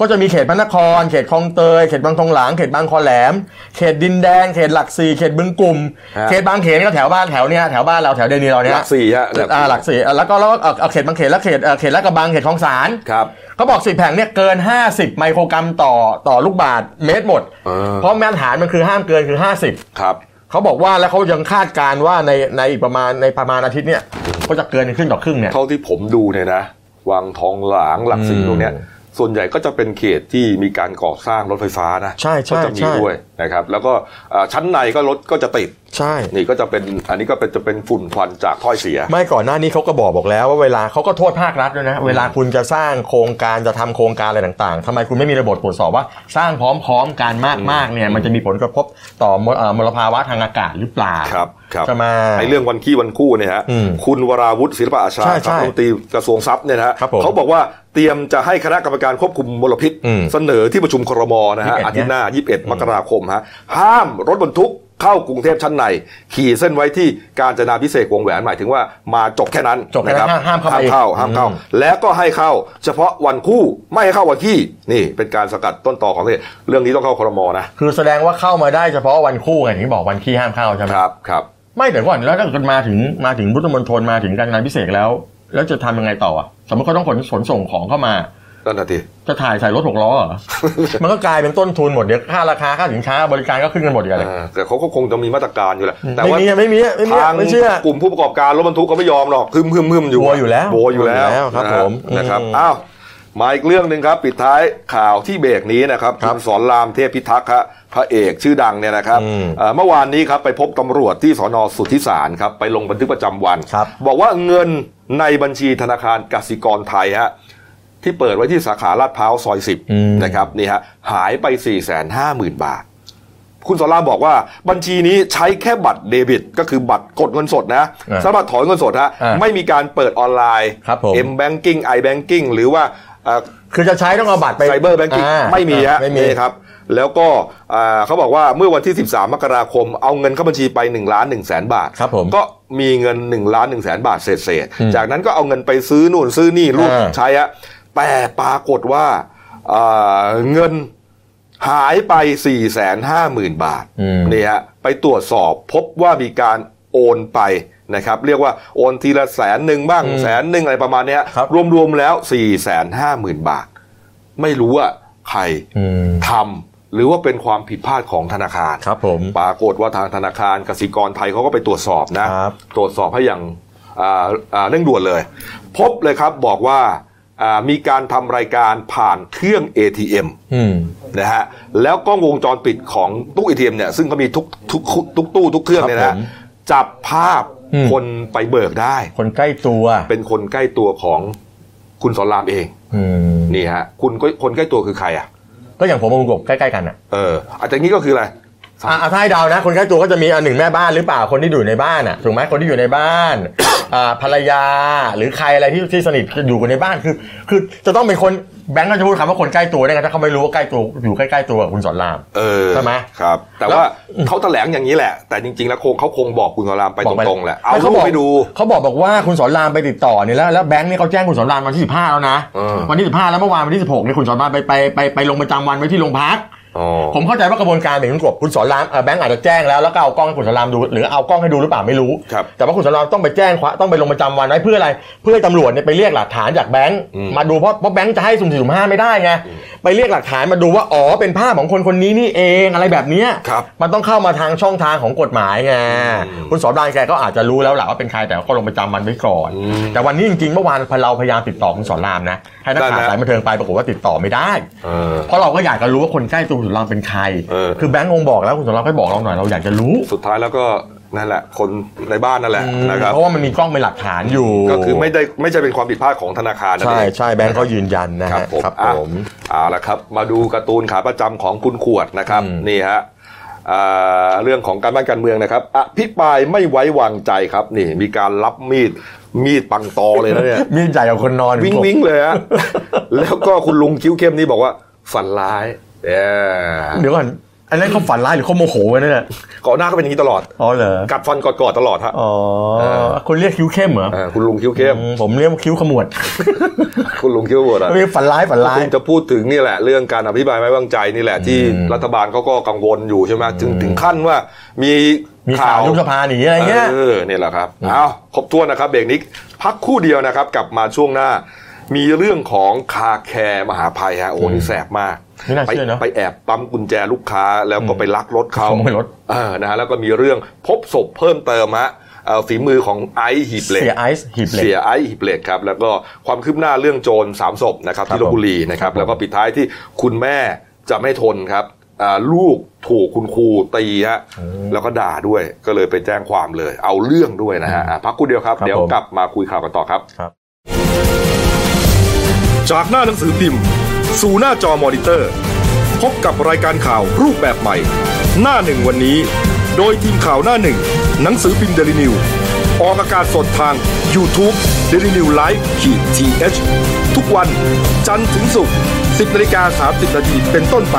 ก็จะมีเขตพระนคร เขตคลองเตย เขตบางทองหลางเขตบางคอแหลม เขตดินแดง เขตหลักสี่เขตบึงกลุ่ม
ฮะ
เขตบางเขนก็แถวบ้านแถวเนี้ยแถวบ้านเราแถวเดนีเรา
ห
เนี่ย
ลักสี่ฮะ
อ่าหลักสี่อ่ะแล้วก็แล้วก็เอ่อเอาเขตบางเขนและเขตเอ่อเขตลาดกระบังเขตคลองสาน
ครับ
เขาบอกสิบแผงเนี่ยเกิน 50 ไมโครกรัมต่อต่อลูกบาทเมตรหมด
อ่า
เพราะมาตรฐานมันคือห้ามเกินคือ 50
ครับ
เขาบอกว่าแล้วเขายังคาดการณ์ว่าในในอีกประมาณในประมาณอาทิตย์เนี่ยก็จะเกินขึ้นต่อครึ่งเนี่ย
เท่าที่ผมดูเนี่ยนะวังทองหลางหลักสี่
อืม
ตรงเนี้ยส่วนใหญ่ก็จะเป็นเขตที่มีการก่อสร้างรถไฟฟ้านะ
ใช่ใช่
ก็จะมี
ใช่
ด้วยนะครับ แล้วก็อ่าชั้นในก็รถก็จะติด
ใช่
นี่ก็จะเป็นอันนี้ก็เป็นจะเป็นฝุ่นควันจากถ้อยเสีย
ไม่ก่อนหน้านี้เขาก็บอกบอกแล้วว่าเวลาเขาก็โทษภาครัฐด้วยนะ เวลาคุณจะสร้างโครงการจะทำโครงการอะไรต่างๆทำไมคุณไม่มีระบบตรวจสอบว่า สร้างพร้อมๆกันมากๆเนี่ยมันจะมีผลกระทบต่อมลเอ่อมลภาวะทางอากาศหรือเปล่า
ครับครับ
จะมา
ไอ้เรื่องวันขี้วันคู่เนี่ยฮะ
อืม
คุณวราวุฒิศิลปะอาชา
ใช่
ค
ใช่
รัฐมนตรีกระทรวงทรัพย์เนี่ยนะฮะ
ครับผม
เขาบอกว่าเตรียมจะให้คณะกรรมการควบคุมมลพิษ
อืม
เสนอที่ประชุมครมนะฮะ
21
อาทิตย์หน้า 21 มกราคมฮะห้ามรถบรรทุกเข้ากรุงเทพชั้นใน ขี่เส้นไว้ที่การจนาพิเศษกวงแหวนหมายถึงว่ามาจบแค่นั้น
จบแค่นั้น
นะรับ
ห้ามเข้า
ห้าม
ไป
เข้าห้ามเข้า
อืม
แล้วก็ให้เข้าเฉพาะวันคู่ไม่ให้เข้าวันขี้นี่เป็นการสกัดต้นตอของเหตุเรื่องนี้ต้องเข้าครมนะ
คือแสดงว่าเข้ามาได้เฉพาะวันคู่ไงที่บอกวันขี้ห้ามเข้าใช่ไหม
ครับครับ
ไม่แต่ก่อนแล้วถ้าเกิดมาถึงมาถึงพุทธมณฑลมาถึงการงานพิเศษกแล้ว แล้วจะทำยังไงต่ออ่ะสมมติเขาต้องขนขนส่งของเข้ามา
นั่นน่ะที
จะถ่ายใส่รถหกล้อ
<laughs>
เหรอ มันก็กลายเป็นต้นทุนหมดเดี๋ยวค่าราคาค่าสินค้าบริการก็ขึ้นกันหมดอย่างไร
เออแต่เขาก็คงจะมีมาตรการอยู่แหละ แต่
ไม่
ว่า
มีอะไม่มีอะไม่มี
ทา
อะ
ง
ไม่เชื่อ
กลุ่มผู้ประกอบการรถบรรทุกก็ไม่ยอมหรอกฮึมฮึมฮึมอยู่
กลัวอยู่แล้ว
โวอยู่แล้ว
กลัวอยู่แล้วครับ
นะ
ผม
นะครับ
อืม
อ้าว มาอีกเรื่องหนึ่งครับ ปิดท้ายข่าวที่เบรกนี้นะครับ
ครับ
ณสอนรามเทพพิทักษ์ฮะพระเอกชื่อดังเนี่ยนะครับ
อืม
เอ่อเมื่อวานนี้ครับไปพบตำรวจที่สอนอสุทธิสารครับไปลงบันทึกประจำวัน
ครับ
บอกว่าเงินในบัญชีธนาคารกสิกรไทยฮะที่เปิดไว้ที่สาขาลาดพร้าวซอยสิบนะครับนี่ฮะหายไป4ี่แสนห้าหมื่นบาท คุณสอนรามบอกว่าบัญชีนี้ใช้แค่บัตรเดบิต ก็คือบัตรกดเงินสดนะ
อ่า
สำหรับถอนเงินสดฮะ
อ่า
ไม่มีการเปิดออนไลน์
ครับผม
M banking i banking หรือว่า อ่า
คือจะใช้ต้องเอาบัตรไป
ไซเบอร์แบงกิ้ง
า
ไม่มีฮะ
ไม่มี
นี่ครับแล้วก็อ่าเขาบอกว่าเมื่อวันที่ 13 มกราคม เอาเงินเข้าบัญชีไป1ล้าน1แสนบาท
ครับผม
ก็มีเงิน1ล้าน1แสนบาทเศษๆจากนั้นก็เอาเงินไปซื้อนู่นซื้อนี่ลูก
อ่า
ใช้อะแต่ปรากฏว่าอ่าเงินหายไป 4 5 0 0 0 0 บาทนี่ฮะไปตรวจสอบพบว่ามีการโอนไปนะครับ เรียกว่าโอนทีละแสนหนึ่งบ้างแสนหนึ่งอะไรประมาณเนี้ย
ครับ
รวมๆแล้ว 4 5 0 0 0 0 บาท ไม่รู้ว่าใคร
อืม
ทำหรือว่าเป็นความผิดพลาดของธนาคาร
ครับผม
ปรากฏว่าทางธนาคารกสิกรไทยเขาก็ไปตรวจสอบนะ
ครับ
ตรวจสอบให้อย่างอ่าอ่าเร่งด่วนเลย พบเลยครับบอกว่าอ่ามีการทำรายการผ่านเครื่อง ATM
อืม
นะฮะแล้วกล้องวงจรปิดของตู้ ATM เนี่ยซึ่งเขามีทุกทุกทุกตู้ทุกเครื่องเนี่ยนะ
ครั
ฮะ
บผม
จับภาพ
อืม
คนไปเบิกได้
คนใกล้ตัว
เป็นคนใกล้ตัวของคุณสอนรามเอง
อืม
นี่ฮะคุณก็คนใกล้ตัวคือใครอ่ะ
ก็อย่างผมกับคุณกบใกล้ๆกันอ่ะ
เอออาจจะงี้ก็คืออะไร
อ่ะอ่ะถ้าให้เดานะ คนใกล้ตัวก็จะมีอันหนึ่งแม่บ้านหรือเปล่าคนที่อยู่ในบ้านอ่ะถูกไหมคนที่อยู่ในบ้าน อ่าภรรยาหรือใครอะไรที่ที่สนิทอยู่กันในบ้านคือ คือจะต้องเป็นคนแบงก์ก็จะพูดคำว่าคนใกล้ตัวได้ไงถ้าเขาไม่รู้ว่าใกล้ตัวอยู่ใกล้ๆตัวกับคุณสอนราม
เออ
ใช่ไหม
ครับ แต่ว่าเขาแถลงอย่างนี้แหละ แต่จริง ๆ แล้วคงเขาคงบอกคุณสรามไปตรงๆแหละ เอา
ไม่
รูป
บอก
ไปดู
เขาบอกบอกว่าคุณสอนรามไปติดต่อเนี่ยแล้วแล้วแบงค์เนี่ยเขาแจ้งคุณสอนรามวันที่สิบห้าแล้วนะ
เออ
วันที่สิบห้าแล้วเมื่อวานวันที่สิบหกเนี่ยคุณสอนรามไปไปไปไปลงประจำวันไว้ที่โรงพัก
อ๋อ
ผมเข้าใจว่ากระบวนการเป็นคุณกบคุณสอนรามเอ่อแบงค์อาจจะแจ้งแล้วแล้วก็เอากล้องให้คุณสอนรามดู หรือเอากล้องให้ดูหรือเปล่าไม่รู้
ครับ
แต่ว่าคุณสอนรามต้องไปแจ้งความต้องไปลงประจำวันไว้เพื่ออะไร เพื่อให้ตำรวจเนี่ยไปเรียกหลักฐานจากแบงค์
อืม
มาดูเพราะเพราะแบงค์จะให้สุ่มสี่สุ่มห้าไม่ได้ไงไปเรียกหลักฐานมาดูว่าอ๋อเป็นภาพของคนคนนี้นี่เองอะไรแบบเนี้ย
ครับ
มันต้องเข้ามาทางช่องทางของกฎหมายไง คุณสอนรานแกก็อาจจะรู้แล้วแหละว่าเป็นใครแต่ก็ลงประจำวันไว้ก่อน
อืม
แต่วันนี้จริงๆเมื่อวานเราพยายามติดต่อคุณสอนรามนะ ให้นักข่าว
ได้ไหม
สายบันเทิงไปปรากฏว่าติดต่อไม่ได้
เออ
เพราะเราก็อยากจะรู้ว่าคนใกล้ตัวคุณสอนรามเป็นใคร
เออ
คือแบงค์คงบอกแล้วคุณสอนรามก็บอกเราหน่อยเราอยากจะรู้
สุดท้ายแล้วก็นั่นแหละ คนในบ้านนั่นแหละนะครับ
เพราะว่ามันมีกล้องเป็นหลักฐานอยู่
ก็คือไม่ได้ไม่ใช่เป็นความผิดพลาดของธนาคารนั่น
ใช่
เอง
ใช่แบงค์เขายืนยันนะ
ค
ฮะ
รับผม
ครับ
อ่ะ
ผม
เอาละครับ มาดูการ์ตูนขาประจำของคุณขวดนะครับ
อืม
นี่ฮะอ่าเรื่องของการบ้านการเมืองนะครับอภิปรายไม่ไว้วางใจครับ นี่มีการรับมีดมีดปังตอเลยนะเนี่ย
มีใหญ่กว่าคนนอน
วิ่ง
ผม
วิ่งเลยฮะ แล้วก็คุณลุงคิ้วเข้มนี่บอกว่า ฝันร้ายเออ
เดี๋ยวก่อนอันนั้นเขาฝันร้ายหรือเขาโมโหกันเนี่ย
ก่อนหน้าก็เป็นอย่างนี้ตลอด
อ๋อเหรอ
กัดฟันกอดๆตลอดฮะ
อ๋อคนเรียกคิ้วเข้มเหรอ
เออคุณลุงคิ้วเข้ม
อืมผมเรียกว่าคิ้วขมวด
คุณลุงคิ้วบดอ่ะ
ไม่ใช่ฝันร้ายฝันร้าย
คุณจะพูดถึงนี่แหละ เรื่องการอภิปรายไม่ไว้วางใจนี่แหละที่รัฐบาลเขาก็กังวลอยู่ใช่ไหมถึงถึงขั้นว่ามี
มีข่าวยุบสภาหนีอะไรเงี้ย
เออนี่แหละครับเอาครบถ้วนนะครับเบรกนี้พักครู่เดียวนะครับ กลับมาช่วงหน้า มีเรื่องของคาแคร์มหาภัยฮะโอ้โหนี่แสบมาก
ไม่น่าเชื่อเนอะ
ไปไปแอบปั๊มกุญแจลูกค้าแล้วก็ไปลักรถเขา
ขโมยรถ
เออนะฮะแล้วก็มีเรื่องพบศพเพิ่มเติมฮะเอ่อฝีมือของไอซ์หีบเหล็ก
เสียไอซ์หีบเหล็ก
เสียไอซ์หีบเหล็กครับ แล้วก็ความคืบหน้าเรื่องโจรสามศพนะครับ
ครับ
ที่ลบบุรีนะครับ
ผม
แล้วก็ปิดท้ายที่คุณแม่จะไม่ทนครับอ่าลูกถูกคุณครูตีฮะแล้วก็ด่าด้วยก็เลยไปแจ้งความเลย เอาเรื่องด้วยนะฮะอ่ะพักกูเดียวครับ
ครับ
เดี๋ยว
ผม
กลับมาคุยข่าวกันต่อครับ
ครับ
จากหน้าหนังสือพิมพ์ สู่หน้าจอมอนิเตอร์ พบกับรายการข่าวรูปแบบใหม่ หน้าหนึ่งวันนี้ โดยทีมข่าวหน้าหนึ่ง หนังสือพิมพ์เดลินิวออกอากาศสดทาง YouTube d e l i n e w l i v e ขีดทีเทุกวันจันทร์ถึงศุกร์10นาฬิกา30นาทีเป็นต้นไป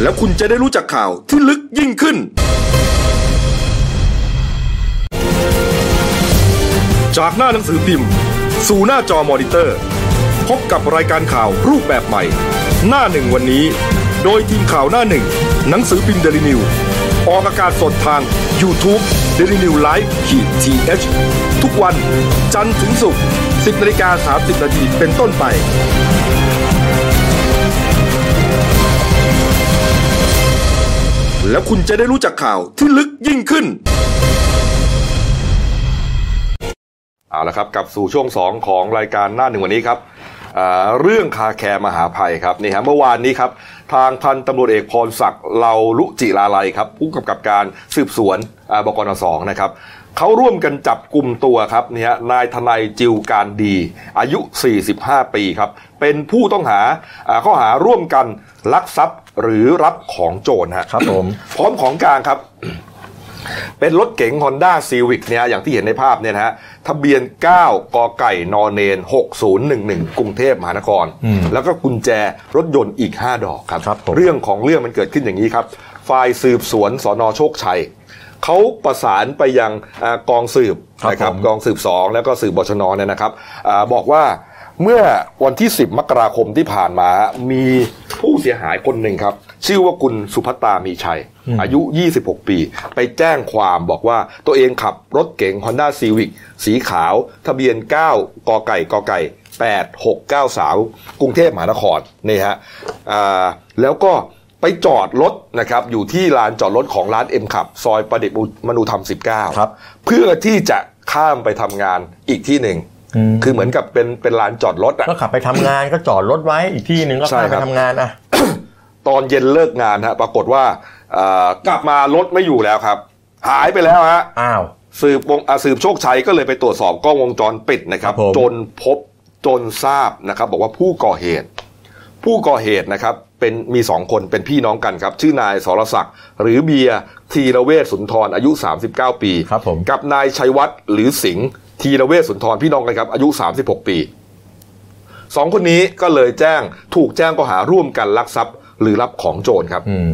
แล้วคุณจะได้รู้จักข่าวที่ลึกยิ่งขึ้น จากหน้าหนังสือพิมพ์ สู่หน้าจอมอนิเตอร์ พบกับรายการข่าวรูปแบบใหม่ หน้าหนึ่งวันนี้ โดยทีมข่าวหน้าหนึ่ง หนังสือพิมพ์เดลินิวออกอากาศสดทาง YouTube d e l i n e w l i v e ขีดทีเทุกวันจันทร์ถึงศุกร์10นาฬิกา30นาทีเป็นต้นไป แล้วคุณจะได้รู้จักข่าวที่ลึกยิ่งขึ้น เอาละครับกลับสู่ช่วง 2 ของรายการหน้าหนึ่งวันนี้ครับอ่าเรื่องคาแคร์มหาภัยครับนี่ฮะเมื่อวานนี้ครับทางพันตำรวจเอกพรศักดิ์เลาลุจิลาลัยครับผู้กำกับการสืบสวนอ่าบกนสองนะครับเขาร่วมกันจับกลุ่มตัวครับนี่ฮะนายทนายจิวการดี อายุ 45 ปีครับเป็นผู้ต้องหาอ่าข้อหาร่วมกันลักทรัพย์หรือรับของโจรฮะ
ครับผม
พร้อมของกลางครับ <clears throat> เป็นรถเก๋ง Honda Civic เนี่ยอย่างที่เห็นในภาพเนี่ยนะฮะทะเบียน 9 กไก่นเนน 6011 กรุงเทพมหานคร แล้วก็กุญแจรถยนต์อีก 5 ดอกครับ
ครับผม
เรื่องของเรื่องมันเกิดขึ้นอย่างนี้ครับ ฝ่ายสืบสวนสอนอโชคชัย เขาประสานไปยังอากองสืบ
ครับ
นะครับ
ผม
กองสืบสองแล้วก็สืบบชนเนี่ยนะครับอาบอกว่าเมื่อวันที่ 10 มกราคมที่ผ่านมา มีผู้เสียหายคนหนึ่งครับ ชื่อว่าคุณสุภัตตามีชัย อายุ 26 ปี ไปแจ้งความบอกว่าตัวเองขับรถเก๋ง Honda Civic สีขาว ทะเบียน 9 กไก่กไก่ 8693 กรุงเทพมหานครนี่ฮะอ่าแล้วก็ไปจอดรถนะครับ อยู่ที่ลานจอดรถของร้านเอ็มขับ ซอยประดิษฐ์มนุธรรม 19
ครับ
เพื่อที่จะข้ามไปทำงานอีกที่หนึ่ง คือเหมือนกับเป็นเป็นลานจอดรถอะ
ก็ขับไปทำงานก็จอดรถไว้อีกที่หนึ่งก็
ใช่
ข้าม
ค
ไป
รับ
ทำงานอ่ะ
ตอนเย็นเลิกงานฮะปรากฏว่าเอ่อกลับมารถไม่อยู่แล้วครับ หายไปแล้วฮะ
อ้าว
สืบวงอ่าสืบโชคชัยก็เลยไปตรวจสอบกล้องวงจรปิดนะครับ
ครับผม
จนพบจนทราบนะครับ บอกว่าผู้ก่อเหตุ ผู้ก่อเหตุนะครับเป็นมีสองคนเป็นพี่น้องกันครับ ชื่อนายสรศักดิ์หรือเบียร์ธีระเวศสุนทรอายุ 39 ปี
ครับผม
กับนายชัยวัฒน์หรือสิงห์ธีระเวศสุนทรพี่น้องกันครับ อายุ 36 ปีสองคนนี้ก็เลยแจ้งถูกแจ้งข้อหาร่วมกันลักทรัพย์ หรือรับของโจรครับ
อืม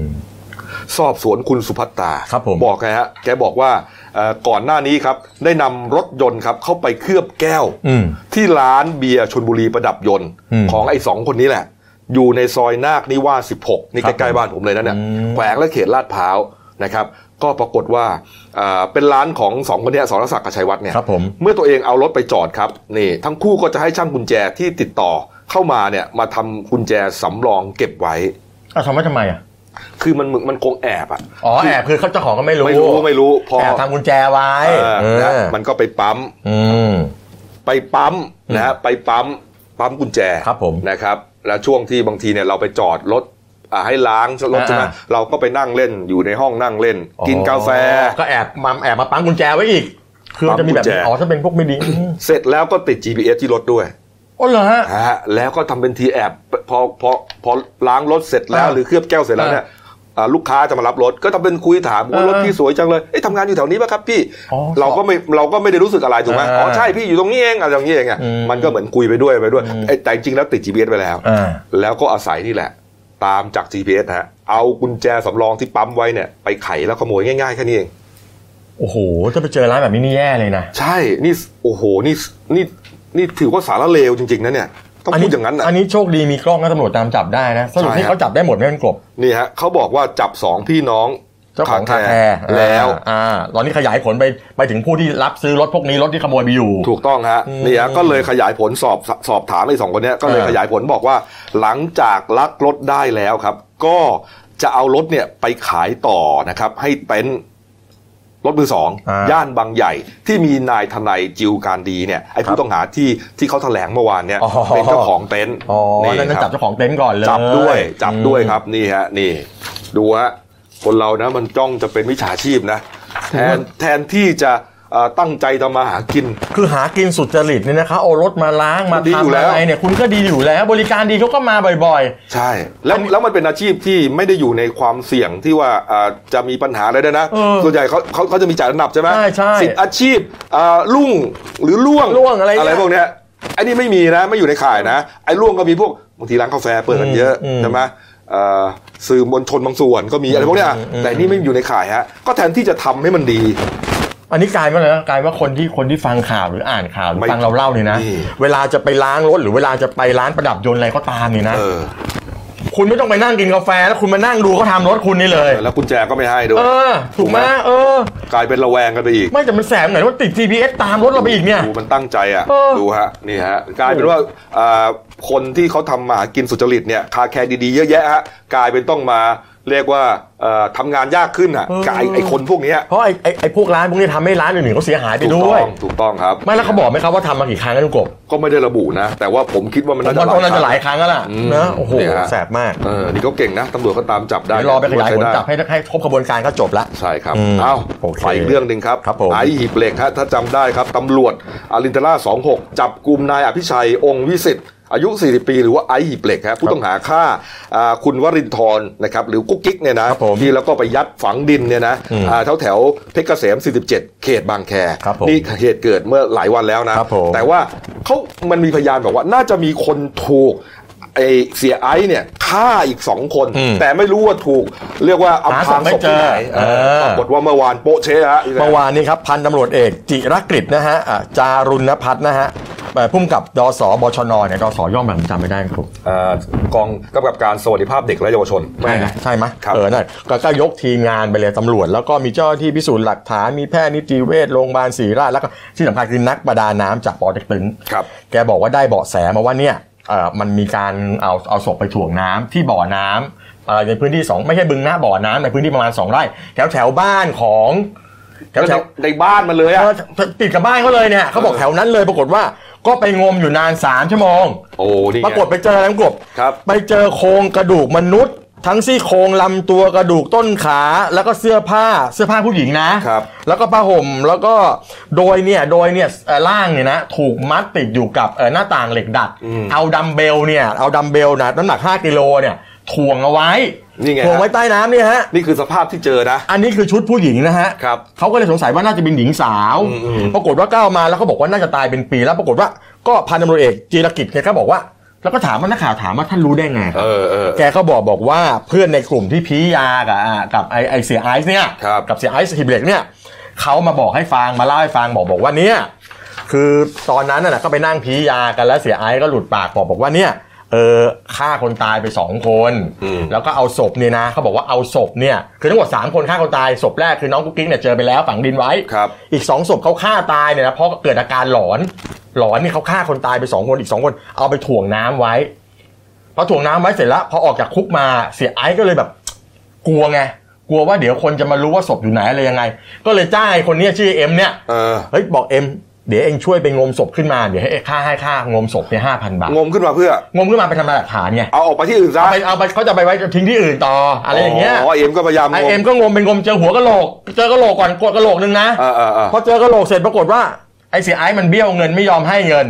สอบสวนคุณสุภัตตา
ครับผม
อกไงฮะแกบอกว่าเอ่อก่อนหน้านี้ครับ ได้นำรถยนต์ครับ เข้าไปเคลือบแก้ว
อืม
ที่ร้านเบียร์ชนบุรีประดับยนต์
อืม
ของไอ้สองคนนี้แหละ อยู่ในซอยนาคนิวาส16 นี่
ครับ
ใกล้ๆบ้านผมเลยนะเนี่ย
อืม
แขวงและเขตลาดพร้าวนะครับ ก็ปรากฏว่าเอ่อเป็นร้านของสองคนเนี้ยสรศักดิ์กับชัยวัฒน์เนี่ย
ครับผม
เมื่อตัวเองเอารถไปจอดครับนี่ทั้งคู่ก็จะให้ช่างกุญแจที่ติดต่อเข้ามาเนี่ยมาทำกุญแจสำรองเก็บไว้
อ้าวทำไมทำไมอ่ะ
คือมันเหมือนมันคงแอบอะ
อ๋อแอบคือเขาเจ้าของก็ไม่รู้
ไม่รู้ไม่รู้พอ
แอบทำกุญแจไว้
เออ
เอ
นะ
อ
มันก็ไปปั๊ม
อืม
ไปปั๊มนะฮะไปปั๊มปั๊มกุญแจ
ครับผม
นะครับ แล้วช่วงที่บางทีเนี่ยเราไปจอดรถอ่าให้ล้างรถใช่ไหม
อ่า
เราก็ไปนั่งเล่นอยู่ในห้องนั่งเล่น กินกาแฟ
ก็แอบมาแอบมาปั๊มกุญแจไว้อีก คือมันจะมีแบบ
ปั๊มกุญแจ
อ๋อถ้าเป็นพวกไม่ดีอืม
เสร็จแล้วก็ติด GPS ที่รถด้วย
อ๋อเหรอฮะ
นะฮะแล้วก็ทำเป็นทีแอบพอพอพอล้างรถเสร็จแล้ว
อ่า
หรือเคลือบแก้วเสร็จแล้วเนี่ยอ่าลูกค้าจะมารับรถก็ทำเป็นคุยถามว่า
อ่าร
ถพี่สวยจังเลยเอ๊ะทำงานอยู่แถวนี้ป่ะครับพี่
อ๋อ
เราก็ไม่เราก็ไม่ได้รู้สึกอะไรถูกไหม
อ่า
อ๋อใช่พี่อยู่ตรงนี้เองอะไรอย่างนี้เองอะ
อืม
มันก็เหมือนคุยไปด้วยไปด้วยเอ้ยแต่จริงๆแล้วติด GPS ไปแล้ว
อ่า
แล้วก็อาศัยนี่แหละ ตามจาก GPS ฮะเอากุญแจสำรองที่ปั๊มไว้เนี่ยไปไขแล้วขโมยง่ายๆแค่นี้เอง
โอ้โหถ้าไปเจอร้านแบบนี้นี่แย่เลยนะ
ใช่นี่โอ้โหนี่นี่นี่ถือว่าสารเลวจริงๆนะเนี่ยต้องพูดอย่างนั้นนะ
อันนี้โชคดีมีกล้องนะตำรวจตามจับได้นะสรุป
ใช่
ที่
ฮะ
เขาจับได้หมดไหม่เป็นกบ
นี่ฮะเขาบอกว่าจับสองพี่น้อง
เจ้าของคาแคร์
แล้ว
อ่าอ่าตอนนี้ขยายผลไปไปถึงผู้ที่รับซื้อรถพวกนี้รถที่ขโมยไปอยู่
ถูกต้องฮะ
อืม
นี่ฮะก็เลยขยายผลสอบสสอบถามไอ้สองคนเนี้ยก็เลย
เออ
ขยายผลบอกว่า หลังจากลักรถได้แล้วครับ ก็จะเอารถเนี่ยไปขายต่อนะครับ ให้เต็นท์รถมือสอง
อ่า
ย่านบางใหญ่ที่มีนายทนายจิวการดีเนี่ยไอ้
ครั
ผู้
บ
ต้องหาที่ที่เขาแถลงเมื่อวานเนี่ย
อ๋อ
เป็นเจ้าของเต็นท์
อ๋อ
นี่
นั่น
ค
จะ
รั
จับเจ้าของเต็นท์ก่อนเลย
จับด้วยจับด้วยครับนี่ฮะนี่ ดูฮะคนเรานะมันจ้องจะเป็นมิจฉาชีพนะแทนแทนที่จะเอ่อตั้งใจทำมาหากิน
คือหากินสุจริตเนี่ยนะคะเอารถมาล้างมา
ดีอยู่
ทำ
แล้
อะ
ว
ไรเนี่ยคุณก็ดีอยู่แล้ว บริการดีเขาก็มาบ่อย
ใช่แล้วแล้วมันเป็นอาชีพที่ไม่ได้อยู่ในความเสี่ยงที่ว่าอ่าจะมีปัญหาอะไรด้วยนะ
เออ
ส่วนใหญ่เขาเขาเขาจะมีจ่ายระดับใช่ไหม
ใช่ใช่
สิบอาชีพอ่าลุ่งหรือล่วง
ล่วงอะไรเนี่ย
พวกเนี้ยไอ้นี่ไม่มีนะไม่อยู่ในข่ายนะ ไอ้ล่วงก็มีพวกบางทีร้านกาแฟเปิดกันเยอะ
อืมอืม
ใช่ไหมอ่าสื่อมวลชนบางส่วนก็มีอะไรพวกเนี้ย
อืมอืม
แต่นี่ไม่อยู่ในข่ายฮะก็แทนที่จะทำให้มันดี
ๆ อันนี้กลายเป็นอะไรนะกลายว่าคนที่คนที่ฟังข่าวหรืออ่านข่าวหรือ
ไม่
ฟังเราเล่าเนี่ยนะ
นี่
เวลาจะไปล้างรถหรือเวลาจะไปร้านประดับยนต์อะไรก็ตามเนี่ยนะ
เออ
คุณไม่ต้องไปนั่งกินกาแฟแล้วคุณมานั่งดูเขาทำรถคุณนี่เลย
แล้วกุญแจก็ไม่ให้ด้วย
เออ ถูกไหมเออ
กลายเป็นระแวงกันไปอีก
ไม่แต่มันแสบไหนว่าติด GPS ตามรถเราไปอีกเนี่ย
ดูมันตั้งใจอ่ะ
เออ
ดูฮะนี่ฮะกลายเป็นว่าอ่าคนที่เขาทำมาหากินสุจริตเนี่ยคาแคร์ดีๆเยอะแยะฮะกลายเป็นต้องมาเรียกว่าเอ่อทำงานยากขึ้นอ่ะ
เออ
กลายไอ้คนพวกเนี้ย
เพราะไอ้ไอ้ไอ้พวกร้านพวกนี้ทำให้ร้านอื่นๆเขาเสียหายไป
ถูก
ด้
ต้
วย
องถูกต้องครับ
ไม่แล้วเขาบอกไหมครับว่าทำมากี่ครั้งแล้วทุกกบ
ก็ไม่ได้ระบุนะ แต่ว่าผมคิดว่ามัน
ผม
น่าจะ
ว่าตอนนั้นจะห
หลา
ลาย ยครั้งแล้วล่ะ
อืม
นะโอ้โห
เนี่ยฮะ
แสบมาก
เออนี่เขาเก่งนะตำรวจเขาตามจับได้
เดี๋ยวรอไปขยายผล
ใช้ได้
จับให้ให้ครบกระบวนการก็จบละ
ใช่ครับ
อืม
เอ้า
โอเค
ไปอีกเรื่องหนึ่งครับ
ครับผม
ไอหีบเหล็กฮะถ้าจำได้ครับตำรวจอารินทราสองหกจับกลุ่มนายอภิชัยองค์วิสิทธิ์ อายุ 40 ปีหรือว่าไอซ์หีบเหล็กฮะผู้ต้องหาฆ่าอ่าคุณวรินทร์นะครับหรือกุ๊กกิ๊กเนี่ยนะครับ
ผม
ที่แล้วก็ไปยัดฝังดินเนี่ยนะ
อืม
อ่าแถวแถวๆเพชรเกษม 47 เขตบางแค
ครับผม
นี่เหตุเกิดเมื่อหลายวันแล้วนะ
ครับผม
แต่ว่าเขามันมีพยานบอกว่าน่าจะมีคนถูกไอเสียไอซ์เนี่ยฆ่าอีกสองคน
อืม
แต่ไม่รู้ว่าถูกเรียกว่าเอา
หาศพ
พาง
ไม่
ศพที่ไหน
เจอ
เออ
เออ
ปรากฏว่าเมื่อวานโปะเชะฮะอีกแล้ว
เมื่อวานนี้ครับ พันตำรวจเอก จิรกฤตนะฮะอ่ะจารุณพัฒน์นะฮะเอ่อพุ่มกับดสบชนเนี่ยดสย่อมอะไรผมจำไม่ได้ครับ
เอ่อกองกำกับการสวัสดิภาพเด็กและเยาวชน
ใช่ไหมใช่ไหม
ครับ
เออนั่นก็ก็ยกทีมงานไปเลยตำรวจ แล้วก็มีเจ้าหน้าที่พิสูจน์หลักฐานมีแพทย์นิติเวชโรงพยาบาลศรีราชแล้วก็ที่สำคัญคือนักประดาน้ำจากปอเต็กตึง
ครับ
แกบอกว่าได้เบาะแสมาว่าเนี่ยเอ่อมันมีการเอาเอาศพไปถ่วงน้ำที่บ่อน้ำเอ่อในพื้นที่สองไม่ใช่บึงนะบ่อน้ำในพื้นที่ประมาณสองไร่แถวแถวบ้านของแถว
แล้ว
แถว
ในบ้านมันเลยอะ
เออติดกับบ้านเขาเลยเนี่ยเขาบอก
เออ
แถวนั้นเลยปรากฏว่าก็ไปงมอยู่นานสามชั่วโมง
โอ้นี่ไง
ปรากฏไปเจอแล้วกบ
ครับ
ไปเจอโครงกระดูกมนุษย์ ทั้งซี่โครงลำตัวกระดูกต้นขา แล้วก็เสื้อผ้าเสื้อผ้าผู้หญิงนะ
ครับ
แล้วก็ผ้าห่มแล้วก็โดยเนี่ยโดยเนี่ยเอ่อล่างเนี่ยนะถูกมัดติดอยู่กับเอ่อหน้าต่างเหล็กดัด เอาดัมเบลเนี่ยเอาดัมเบลนะน้ำหนัก 5กิโลเนี่ยถ่วงเอาไว้
นี่ไง
ถ่วงไว้
ฮะ
ใต้น้ำเนี่ยฮะ
นี่คือสภาพที่เจอนะ
อันนี้คือชุดผู้หญิงนะฮะ
ครับ
เขาก็เลยสงสัยว่าน่าจะเป็นหญิงสาว ปรากฏว่าก้าวมาแล้วเขาบอกว่าน่าจะตายเป็นปีแล้ว ปรากฏว่าก็พันตำรวจเอกจีรกิจเนี่ยก็บอกว่า แล้วก็ถามว่านักข่าวถามว่าท่านรู้ได้ไง
เออเออ
แกก็บอกบอกว่าเพื่อนในกลุ่มที่พียากับอ่ากับไอไอเสียไอซ์เนี่ย
ครับ
กับเสียไอซ์ฮิบเหล็กเนี่ยเขามาบอกให้ฟังมาเล่าให้ฟังบอกบอกว่าเนี่ยคือตอนนั้นน่ะก็ไปนั่งพียากันแล้วเสียไอซ์ก็หลุดปากบอกบอกว่าเนี่ยเออฆ่าคนตายไปสองคน
อืม
แล้วก็เอาศพเนี่ยนะเขาบอกว่าเอาศพเนี่ยคือทั้งหมด3คนฆ่าคนตายศพแรกคือน้องกุ๊กกิ๊กเนี่ยเจอไปแล้วฝังดินไว้
ครับ
อีก2ศพเขาฆ่าตายเนี่ยนะเพราะเกิดอาการหลอน หลอนนี่เขาฆ่าคนตายไปสองคนอีกสองคน เอาไปถ่วงน้ำไว้พอถ่วงน้ำไว้เสร็จแล้วพอออกจากคุกมาเสียไอซ์ก็เลยแบบ กลัวไงกลัวว่าเดี๋ยวคนจะมารู้ว่าศพอยู่ไหนอะไรยังไง ก็เลยจ้างไอ้คนเนี้ยชื่อเอ็มเนี่ย
เออ
เฮ้ยบอกเอ็มเดี๋ยวเองช่วยไปงมศพขึ้นมาเดี๋ยวให้ค่าให้ค่างมศพเนี่ยห้าพันบาท
งมขึ้นมาเพื่อ
งมขึ้นมาเป็นทำลายหลักฐานไง
เอาออกไปที่อื่นซะ
เอาไปเอาไปเขาจะไปไว้ทิ้งที่อื่นต่ออะไรอย่างเงี้ย
อ๋อเอ็มก็พยายามง
ไอ
ม
เอ็มก็งมเป็นงมเจอหัวกะโหลก เจอกะโหลกก่อนกดกะโหลกหนึงนะ
เออเออเออ
พอเจอกะโหลกเสร็จปรากฏว่าไอเสียไอซ์มันเบี้ยวเงินไม่ยอมให้เงิน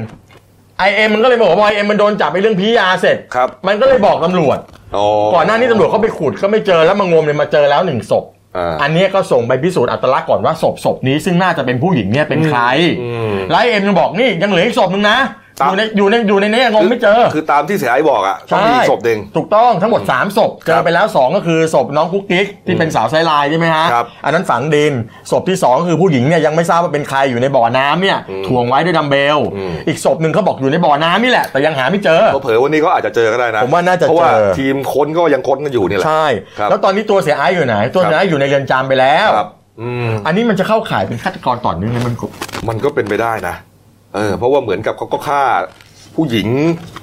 ไอเอ็มมันก็เลยบอกว่าไอเอ็มมันโดนจับไปเรื่องพียาเสร็จ
ครับ
มันก็เลยบอกตำรวจ
อ๋อ
ก่อนหน้านี้ตำรวจเขาไปขุดก็ไม่เจอแล้วมางมเนี่ยมาเจอแล้วหนึ่งศพ
อ่า
อันเนี้ยก็ส่งไปพิสูจน์อัตลักษณ์ก่อนว่าศพศพนี้ซึ่งน่าจะเป็นผู้หญิงเนี่ยเป็นใคร
อืม
ไลวไอ้เอ็มยังบอกนี่ยังเหลืออีกศพหนึงนะ
ครั
อบ ยู่ในอยู่ในอยู่ในเนี้งมไม่เจอ
คือตามที่เสียไอ้บอกอ่ะต้องมีอีกศพหนึ่ง
ถูกต้องทั้งหมด 3 ศพ เจอไปแล้ว 2 ก็คือศพน้องกุ๊กกิ๊กที่เป็นสาวไซลายใช่ไหมฮะ
ครับ
อันนั้นฝังดิน ศพที่ 2 คือผู้หญิงเนี่ยยังไม่ทราบว่าเป็นใครอยู่ในบ่อน้ำเนี่ยถ่วงไว้ด้วยดัมเบล
อืม
อีกศพหนึ่งเขาบอกอยู่ในบ่อน้ำนี่แหละ แต่ยังหาไม่เจอ
เผลอๆวันนี้ก็อาจจะเจอก็ได้นะ
ผมว่าน่าจะ
เพราะว่า
เจอ
ทีมค้นก็ยังค้นกันอยู่นี่แหละ
ใช่
ครับ
แล้วตอนนี้ตัวเสียไอซ์อยู่ไหน ตัวเสียไอซ์อยู่ในเรือนจำไปแล้ว
ครับ อืม
อันนี้มันจะเข้าข่ายเป็นฆาตกรต่อเนื่องไหมมันก็
มันก็เป็นไปได้นะ เออ เพราะว่าเหมือนกับเขาก็ฆ่าผู้หญิง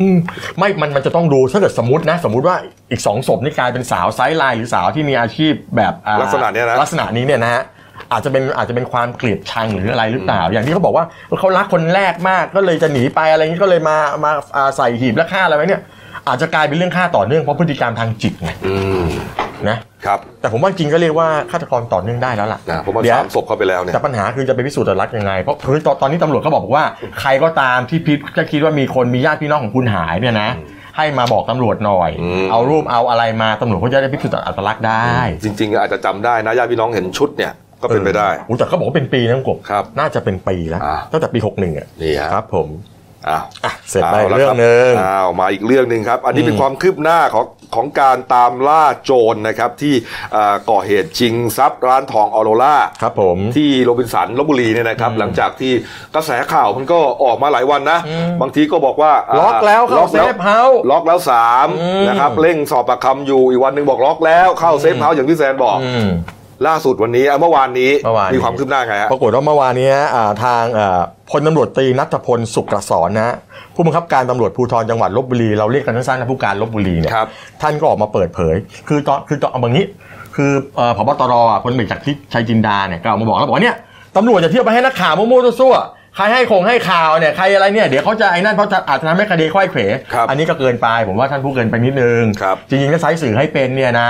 อืมไม่ มันมันจะต้องดูถ้าเกิดสมมตินะ สมมติว่าอีกสองศพนี่กลายเป็นสาวไซส์ไลน์หรือสาวที่มีอาชีพแบบอ่า
ลักษณะเนี้ยนะ
ลักษณะนี้เนี่ยนะฮะอาจจะเป็นอาจจะเป็นความเกลียดชังหรืออะไรหรือเปล่า อย่างที่เขาบอกว่าเขารักคนแรกมากก็เลยจะหนีไปอะไรนี้ก็เลยมามาอ่าใส่หีบและฆ่าอะไรไว้เนี่ย อาจจะกลายเป็นเรื่องฆ่าต่อเนื่องเพราะพฤติกรรมทางจิตไง
อืม
นะครับ แต่ผมว่าจริงก็เรียกว่าฆาตกรต่อเนื่องได้แล้วล่ะ
นะเพราะมัน
เดี๋ยว
สามศพเข้าไปแล้วเนี่ย
แต่ปัญหาคือจะไปพิสูจน์อัตลักษณ์ยังไง เพราะคือตอนตอนนี้ตำรวจก็บอกว่า ใครก็ตามที่พิจะคิดว่ามีคนมีญาติพี่น้องของคุณหายเนี่ยนะ ให้มาบอกตำรวจหน่อย
อืม
เอารูปเอาอะไรมาตำรวจก็จะได้พิสูจน์อัตลักษณ์ได้
จริงๆอาจจะจำได้นะญาติพี่น้องเห็นชุดเนี่ย ก็เป็นไปได้
อออุ๊ยแต่เขาบอกว่าเป็นปีนะคุณกบ
ครับ
น่าจะเป็นปีแล้ว
อ่า
ตั้งแต่ปี 61อ่ะ
นี่ฮะ
ครับผม
อ้าว
อ่ะเสร็จไป
าละ
เรื่องหนึ่ง
คบอ้าวมาอีกเรื่องหนึ่งครับ อันนี้เป็นความคืบหน้าของของการตามล่าโจรนะครับ ที่อ่าก่อเหตุชิงทรัพย์ร้านทองออโรล่า
ครับผม
ที่โรบินสันลบบุรีเนี่ยนะครับ หลังจากที่กระแสข่าวมันก็ออกมาหลายวันนะ บางทีก็บอกว่าา
ล็อกแล้วเข้า
ล็อก
เซ
แล้ว
ฟเฮาส์
ล็อกแล้วสาม
อืม
นะครับ เร่งสอบปากคำอยู่อีกวันหนึ่งบอกล็อกแล้วเข้าเซฟเฮาส์อย่างที่แซนบอก
อืม
ล่าสุดวันนี้อ่ะเมื่อวานนี้
เมื่อวานนี้
มีความคืบหน้าไงฮะ
ปรากฏว่าเมื่อวานเนี้ยอ่าทางเอ่อพลตำรวจตรีนัทพลสุขกระสอนนะฮะผู้บังคับการตำรวจภูธรจังหวัดลบบุรีเราเรียกกันสั้นๆนะผู้การลบบุรีเนี่ย
ครับ
ท่านก็ออกมาเปิดเผย คือตอนคือตอนเอาแบบนี้ คือเอ่อพบตรอ่ะพลเอกจากทิพย์ชัยจินดาเนี่ยก็ออกมาบอกแล้วบอกว่าเนี่ยตำรวจจะเที่ยวไปให้นักข่าวมั่วๆซั่วๆใครให้คงให้ข่าวเนี่ยใครอะไรเนี่ยเดี๋ยวเขาจะไอ้นั่นเพราะจะอาจจะทำให้คดีค่อยเขว
ครับ
อันนี้ก็เกินไปผมว่าท่านผู้เกินไปนิดนึง
ครับ
จริงๆถ้าใช้สื่อให้เป็นเนี่ยนะ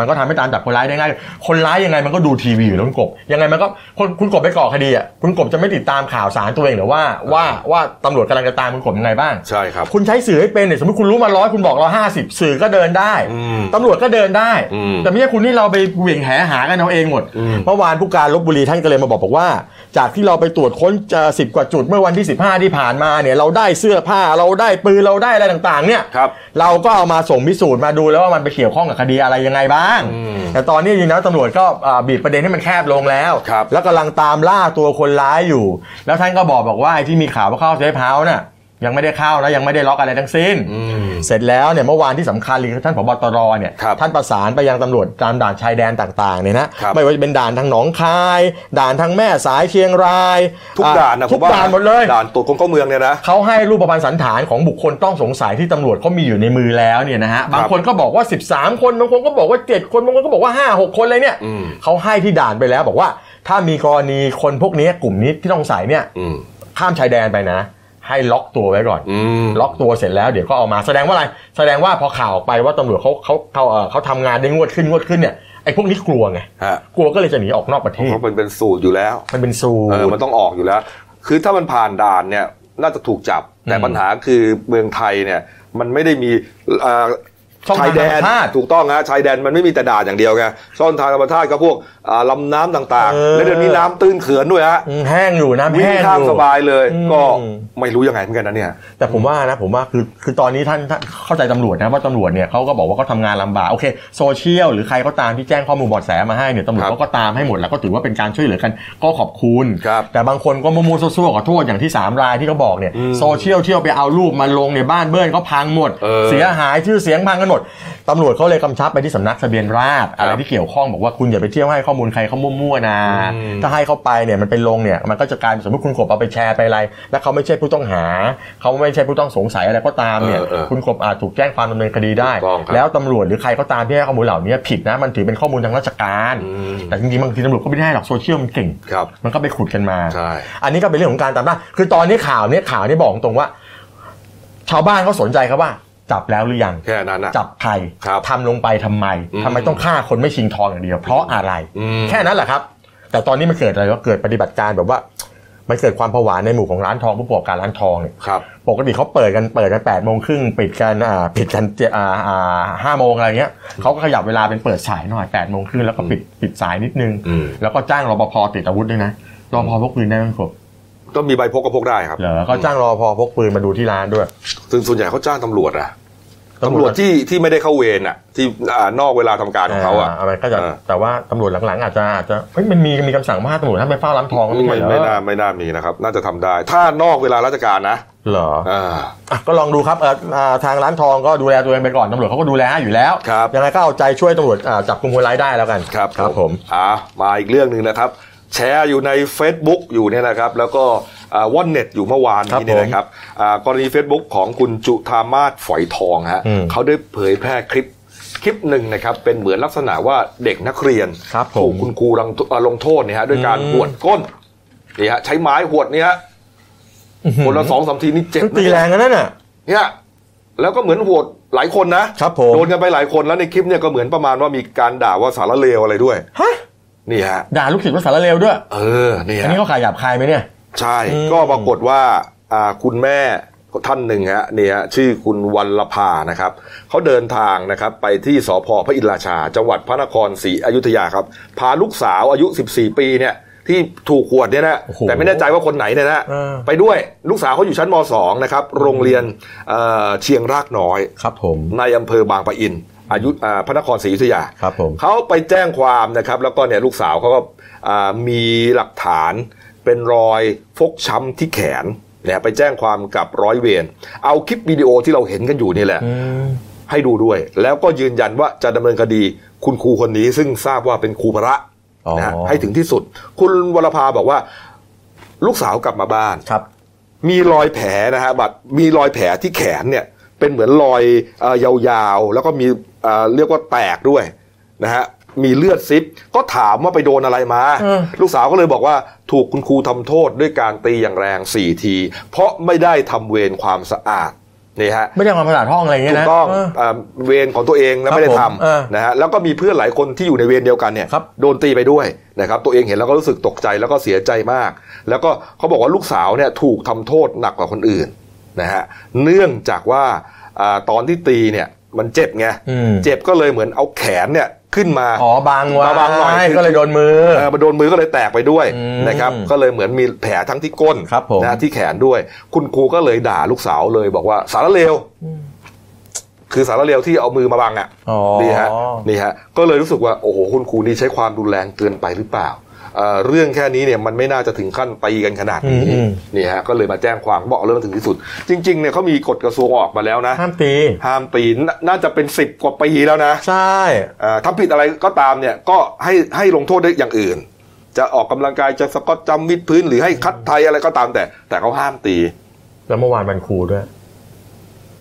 มันก็ทำให้ตามจับคนร้ายได้ง่ายคนร้ายยังไงมันก็ดูทีวีอยู่แล้วคุณกบยังไงมันก็คนคุณกบไปก่อคดีอ่ะคุณกบจะไม่ติดตามข่าวสารตัวเองหรือว่าว่าว่าตำรวจกำลังจะตามคุณกบยังไงบ้าง
ใช่ครับ
คุณใช้สื่อให้เป็นเนี่ยสมมติคุณรู้มาร้อยคุณบอกเราห้าสิบสื่อก็เดินได้
อืม
ตำรวจก็เดินได้
อืม
แต่ไม่ใช่คุณนี่เราไปเหวี่ยงแหหากันเอาเองหมด
อืม
เมื่อวานผู้การลบบุรีท่านก็เลยมาบอกบอกว่า จากที่เราไปตรวจค้นจะสิบกว่าจุดเมื่อวันที่ 15 ที่ผ่านมาเนี่ยเราได้เสื้อผ้าเราได้ปืนเราได้อะไรต่างๆ เนี่ย
ครับ
เราก็เอามาส่งพิสูจน์มาดูแล้วว่ามันไปเกี่ยวข้องกับคดีอะไรยังไงบ้าง แต่ตอนนี้จริงๆแล้วตำรวจก็อ่าบีบประเด็นให้มันแคบลงแล้ว
ครับ
แล้วกำลังตามล่าตัวคนร้ายอยู่ แล้วท่านก็บอกบอกว่าไอ้ที่มีข่าวว่าเข้าเซฟเฮาส์น่ะยังไม่ได้เข้าและยังไม่ได้ล็อกอะไรทั้งสิ้น
อืม
เสร็จแล้วเนี่ยเมื่อวานที่สำคัญเลยคือท่านผบตรเนี่ย
ครับ
ท่านประสานไปยังตำรวจตามด่านชายแดนต่างๆเนี่ยนะครับ ไม่ว่าจะเป็นด่านทางหนองคาย ด่านทางแม่สายเชียงราย
ทุกด่านนะ
ทุก
ผว่
ด่านหมดเลย
ด่านตรวจคนเข้าเมืองเนี่ยนะ
เขาให้รูปพรรณสันฐานของบุคคลต้องสงสัยที่ตำรวจเขามีอยู่ในมือแล้วเนี่ยนะฮะบางคนก็บอกว่า 13 คนบางคนก็บอกว่า 7 คนบางคนก็บอกว่า 5 6 คนเลยเนี่ย
อืม
เขาให้ที่ด่านไปแล้วบอกว่า ถ้ามีกรณีคนพวกนี้กลุ่มนี้ที่ต้องสงสัยเนี่ย
อืม
ข้ามชายแดนไปนะ ให้ล็อกตัวไว้ก่อน
อืม
ล็อกตัวเสร็จแล้วเดี๋ยวก็เอามาแสดงว่าอะไร แสดงว่าพอข่าวออกไปว่าตำรวจเขาเขาเขาเอ่อเขาทำงานได้งวดขึ้นงวดขึ้นเนี่ยไอ้พวกนี้กลัวไง
ฮะ
กลัวก็เลยจะหนีออกนอกประเทศ
เขาเป็นเป็นสูตรอยู่แล้ว
มันเป็นซู
เออ มันต้องออกอยู่แล้ว คือถ้ามันผ่านด่านเนี่ยน่าจะถูกจับ แต่ปัญหาคือเมืองไทยเนี่ย มันไม่ได้มีเอ่อ
ช่อง
ชา
ทาย ง
แด
ธรรม
น
ชาติ
ถูกต้องฮะชายแดนมันไม่มีแต่ด่านอย่างเดียวไงช่องทางธรรมชาติก็พวกอ่าลำน้ำต่าง
เอ
ๆ
อ
และเดี๋ยวนี้น้ำตื้นเขื่อนด้วยฮะ
อืมแห้งอยู่นะ
วิ่ง
แห้ง
ข้า
อ
ม
ยู่
สบายเลย
อืม
ก็ไม่รู้ยังไงเหมือนกันนะเนี่ย
แต่ผมว่านะผมว่าคือคือตอนนี้ท่านท่านเข้าใจตำรวจนะว่าตำรวจเนี่ยเขาก็บอกว่าเขาทำงานลำบากโอเคโซเชียลหรือใครก็ตามที่แจ้งข้อมูลเบอดแสมาให้เนี่ยตำรวจ
ครับ
เขาก็ตามให้หมดแล้วก็ถือว่าเป็นการช่วยเหลือกันก็ขอบคุณ
ครับ
แต่บางคนก็มั่วๆซั่วๆขอโทษอย่างที่ 3 รายที่เขาบอกเนี่ย
อืม
โซเชียลเที่ยวไปเอารูปมาลงในบ้านเบิ้ลเขาพังหมด
เออ
ยหายชื่อเสียงพังกันหมดตำรวจเขาเลยกำชับไปที่สำนักทะเบียนราษฎรอะไร
ครับ
ที่เกี่ยวข้องบอกว่าคุณอย่าไปเที่ยวให้ข้อมูลใครเขามั่วๆนะ
อืม
ถ้าให้เขาไปเนี่ยมันเป็นลงเนี่ยมันก็จะกลายเป็นสมมติคุณกบเอาไปแชร์ไปอะไร แล้วเขาไม่ใช่ผู้ต้องหา เขาไม่ใช่ผู้ต้องสงสัยอะไรก็ตามเนี่ย
เออเออ
คุณกบอาจถูกแจ้งความดำเนินคดีได้
ถูกต้องครับ
แล้วตำรวจหรือใครก็ตามที่ให้ข้อมูลเหล่านี้ผิดนะมันถือเป็นข้อมูลทางราชการ
อืม
แต่จริงๆบางทีตำรวจก็ไม่ได้หรอกโซเชียลมันเก่ง
ครับ
มันก็ไปขุดกันมา
ใช่
อันนี้ก็เป็นเรื่องของการตามล่าคือตอนนี้ข่าวเนี่ยข่าวเนี่ยบอกตรงว่า ชาวบ้านเขาสนใจครับว่า จับแล้วหรือยัง
แค่นั้นนะ
จับใคร
ครับ
ทำลงไปทำไม
อืม
ทำไมต้องฆ่าคนไม่ชิงทองอย่างเดียว เพราะอะไร
อืม
แค่นั้นแหละครับ แต่ตอนนี้มันเกิดอะไรวะเกิดปฏิบัติการแบบว่า มันเกิดความผวาในหมู่ของร้านทองผู้ประกอบการร้านทองเนี่ย
ครับ
ปกติเขาเปิดกันเปิดกันแปดโมงครึ่งปิดกันอ่าปิดกันเจอ่าอ่าห้าโมงอะไรเงี้ยเขาก็ขยับเวลาเป็นเปิดสายหน่อยแปดโมงครึ่งแล้วก็ปิดปิดสายนิดนึง
อืม
แล้วก็จ้างรปภติดอาวุธด้วยนะรปภพกปืนได้ไหมครับ
ต้องมีใบพกก็พกได้ครับ
เหรอเขาจ้างรปภพกปืนมาดูที่ร้านด้วย
ซึ่งส่วนใหญ่เขาจ้างตำรวจอะตำรวจที่ที่ไม่ได้เข้าเวรอะที่อ่านอกเวลาทำการของเขาอะ
อะไรก็จะ
อ่า
แต่ว่าตำรวจหลังๆอาจจะอาจจะเฮ้ยมันมีมีคำสั่งว่าให้ตำรวจท่านไปเฝ้าร้านทอง
ไม่
ใช่เหรอ
ไม่น่าไม่น่ามีนะครับ น่าจะทำได้ ถ้านอกเวลาราชการนะ
เหรอ
อ่า
อ่ะก็ลองดูครับเอ่ออ่าทางร้านทองก็ดูแลตัวเองไปก่อนตำรวจเขาก็ดูแลให้อยู่แล้ว
ครับ
ยังไงก็เอาใจช่วยตำรวจอ่าจับกลุ่มคนร้ายได้แล้วกัน
ครับ
ครับผม
อ่ามาอีกเรื่องหนึ่งนะครับ แชร์อยู่ใน Facebook อยู่เนี่ยนะครับ แล้วก็วอนเน็ตอยู่เมื่อวาน
ครับ
นี้เนี่ยนะครับอ่ากรณี Facebook ของคุณจุธามาศฝอยทองฮะ
อืม
เขาได้เผยแพร่คลิปคลิปหนึ่งนะครับ เป็นเหมือนลักษณะว่าเด็กนักเรียน
ครับผม
ถูกคุณครูรังเอ่อลงโทษเนี่ยฮะด้วยการ
อืม
หวดก้นนี่ฮะใช้ไม้หวดเนี่ยฮะคนละสองสามทีนี่เจ็บ
เพิ่ง
นะ
ตี
เนี่ย
แรงนะนั่นน่ะ
เนี่ยแล้วก็เหมือนโหวตหลายคนนะครับ
ผม
โดนกันไปหลายคนแล้วในคลิปเนี่ยก็เหมือนประมาณว่ามีการด่าว่าสารเลวอะไรด้วย
ฮะ
นี่ฮะ
ด่าลูกศิษย์ว่าสารเลวด้วย
เออนี่
อัน
ฮะ
นี้เขาขายหยาบคายไหมเนี่ย
ใช่
อืม
ก็ปรากฏว่าอ่าคุณแม่ท่านหนึ่งฮะเนี่ยชื่อคุณวันลภานะครับเขาเดินทางนะครับไปที่สพพระอินราชา จังหวัดพระนครศรีอยุธยาครับพาลูกสาวอายุ 14 ปีเนี่ยที่ถูกขวดเนี่ยนะ
โอ้โห
แต่ไม่แน่ใจว่าคนไหนเนี่ยนะ
เออ
ไปด้วยลูกสาวเขาอยู่ชั้นม .2 นะครับโรงเรียนเอ่อเชียงรากน้อย
ครับผม
ในอำเภอบางปะอิน อายุอ่าพระนครศรีอยุธยา
ครับผม
เขาไปแจ้งความนะครับ แล้วก็เนี่ยลูกสาวเขาก็อ่ามีหลักฐานเป็นรอยฟกช้ำที่แขนเนี่ยไปแจ้งความกับร้อยเวรเอาคลิปวิดีโอที่เราเห็นกันอยู่นี่แหละ ให้ดูด้วย แล้วก็ยืนยันว่าจะดำเนินคดีคุณครูคนนี้ซึ่งทราบว่าเป็นครูพระ
อ๋อ
นะฮะให้ถึงที่สุด คุณวรภาบอกว่า ลูกสาวกลับมาบ้าน
ครับ
มีรอยแผลนะฮะบัดมีรอยแผลที่แขนเนี่ยเป็นเหมือนรอยเออยาวๆ แล้วก็มีเอ่อเรียกว่าแตกด้วยนะฮะมีเลือดซิปก็ถามว่าไปโดนอะไรมา
เออ
ลูกสาวก็เลยบอกว่าถูกคุณครูทำโทษด้วยการตีอย่างแรงสี่ที เพราะไม่ได้ทำเวรความสะอาด นี่ฮะ
ไม่ได้ความภาษาท่องอะไรอย่างเงี้
ถู
ย
ก
นะ
ต้อง
เออ
เอ่อเวรของตัวเองแล้ว
ครับ
ไม่ได้ท
ผมเออ
ำนะฮะแล้วก็มีเพื่อนหลายคนที่อยู่ในเวรเดียวกันเนี่ย
ครับ
โดนตีไปด้วยนะครับตัวเองเห็นแล้วก็รู้สึกตกใจแล้วก็เสียใจมาก แล้วก็เขาบอกว่าลูกสาวเนี่ยถูกทำโทษหนักกว่าคนอื่นนะฮะเนื่องจากว่าอ่าตอนที่ตีเนี่ยมันเจ็บไง
อืม
เจ็บก็เลยเหมือนเอาแขนเนี่ยขึ้นมา
อ๋อบางไว้
บางหน่อย
ก็เลยโดนมือ
เออมาโดนมือก็เลยแตกไปด้วย
อืม
นะครับ ก็เลยเหมือนมีแผลทั้งที่ก้น
ครับผม
นะที่แขนด้วย คุณครูก็เลยด่าลูกสาวเลยบอกว่าสารเลวคือสารเลวที่เอามือมาบังอ่ะ
อ๋อ
นี่ฮะนี่ฮะก็เลยรู้สึกว่าโอ้โหคุณครูนี่ใช้ความรุนแรงเกินไปหรือเปล่าเอ่อเรื่องแค่นี้เนี่ยมันไม่น่าจะถึงขั้นตีกันขนาดนี้
อืม
นี่ฮะก็เลยมาแจ้งความบอกเรื่องถึงที่สุด จริง ๆเนี่ยเขามีกฎกระทรวงออกมาแล้วนะ
ห้ามตี
ห้ามตีนน่าจะเป็นสิบกว่าปีแล้วนะ
ใช่
อ่าถ้าผิดอะไรก็ตามเนี่ยก็ให้ให้ลงโทษด้วยอย่างอื่น จะออกกำลังกายจะสกอตจำมิดพื้นหรือให้คัดไทยอะไรก็ตามแต่ แต่เขาห้ามตี
แล้วเมื่อวานวันครูด้วย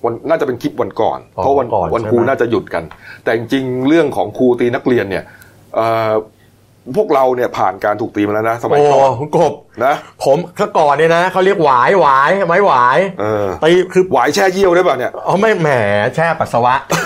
วันน่าจะเป็นคลิปวันก่อน
อ๋อ
เพราะวัน
วันก่อน
วันครู
ใช่ไหม
น่าจะหยุดกัน แต่จริงๆเรื่องของครูตีนักเรียนเนี่ยเอ่อพวกเราเนี่ยผ่านการถูกตีมาแล้วนะสมัย
โอ้
ก่อน
คุณกบ
นะ
ผมก็ก่อนเนี่ยนะเขาเรียกหวายหวายไม้หวาย
เออ
ตีคือ
หวายแช่เยี่ยวได้ป่ะเนี่ย
อ๋อไม่แหมแช่ปัสสาวะ <laughs>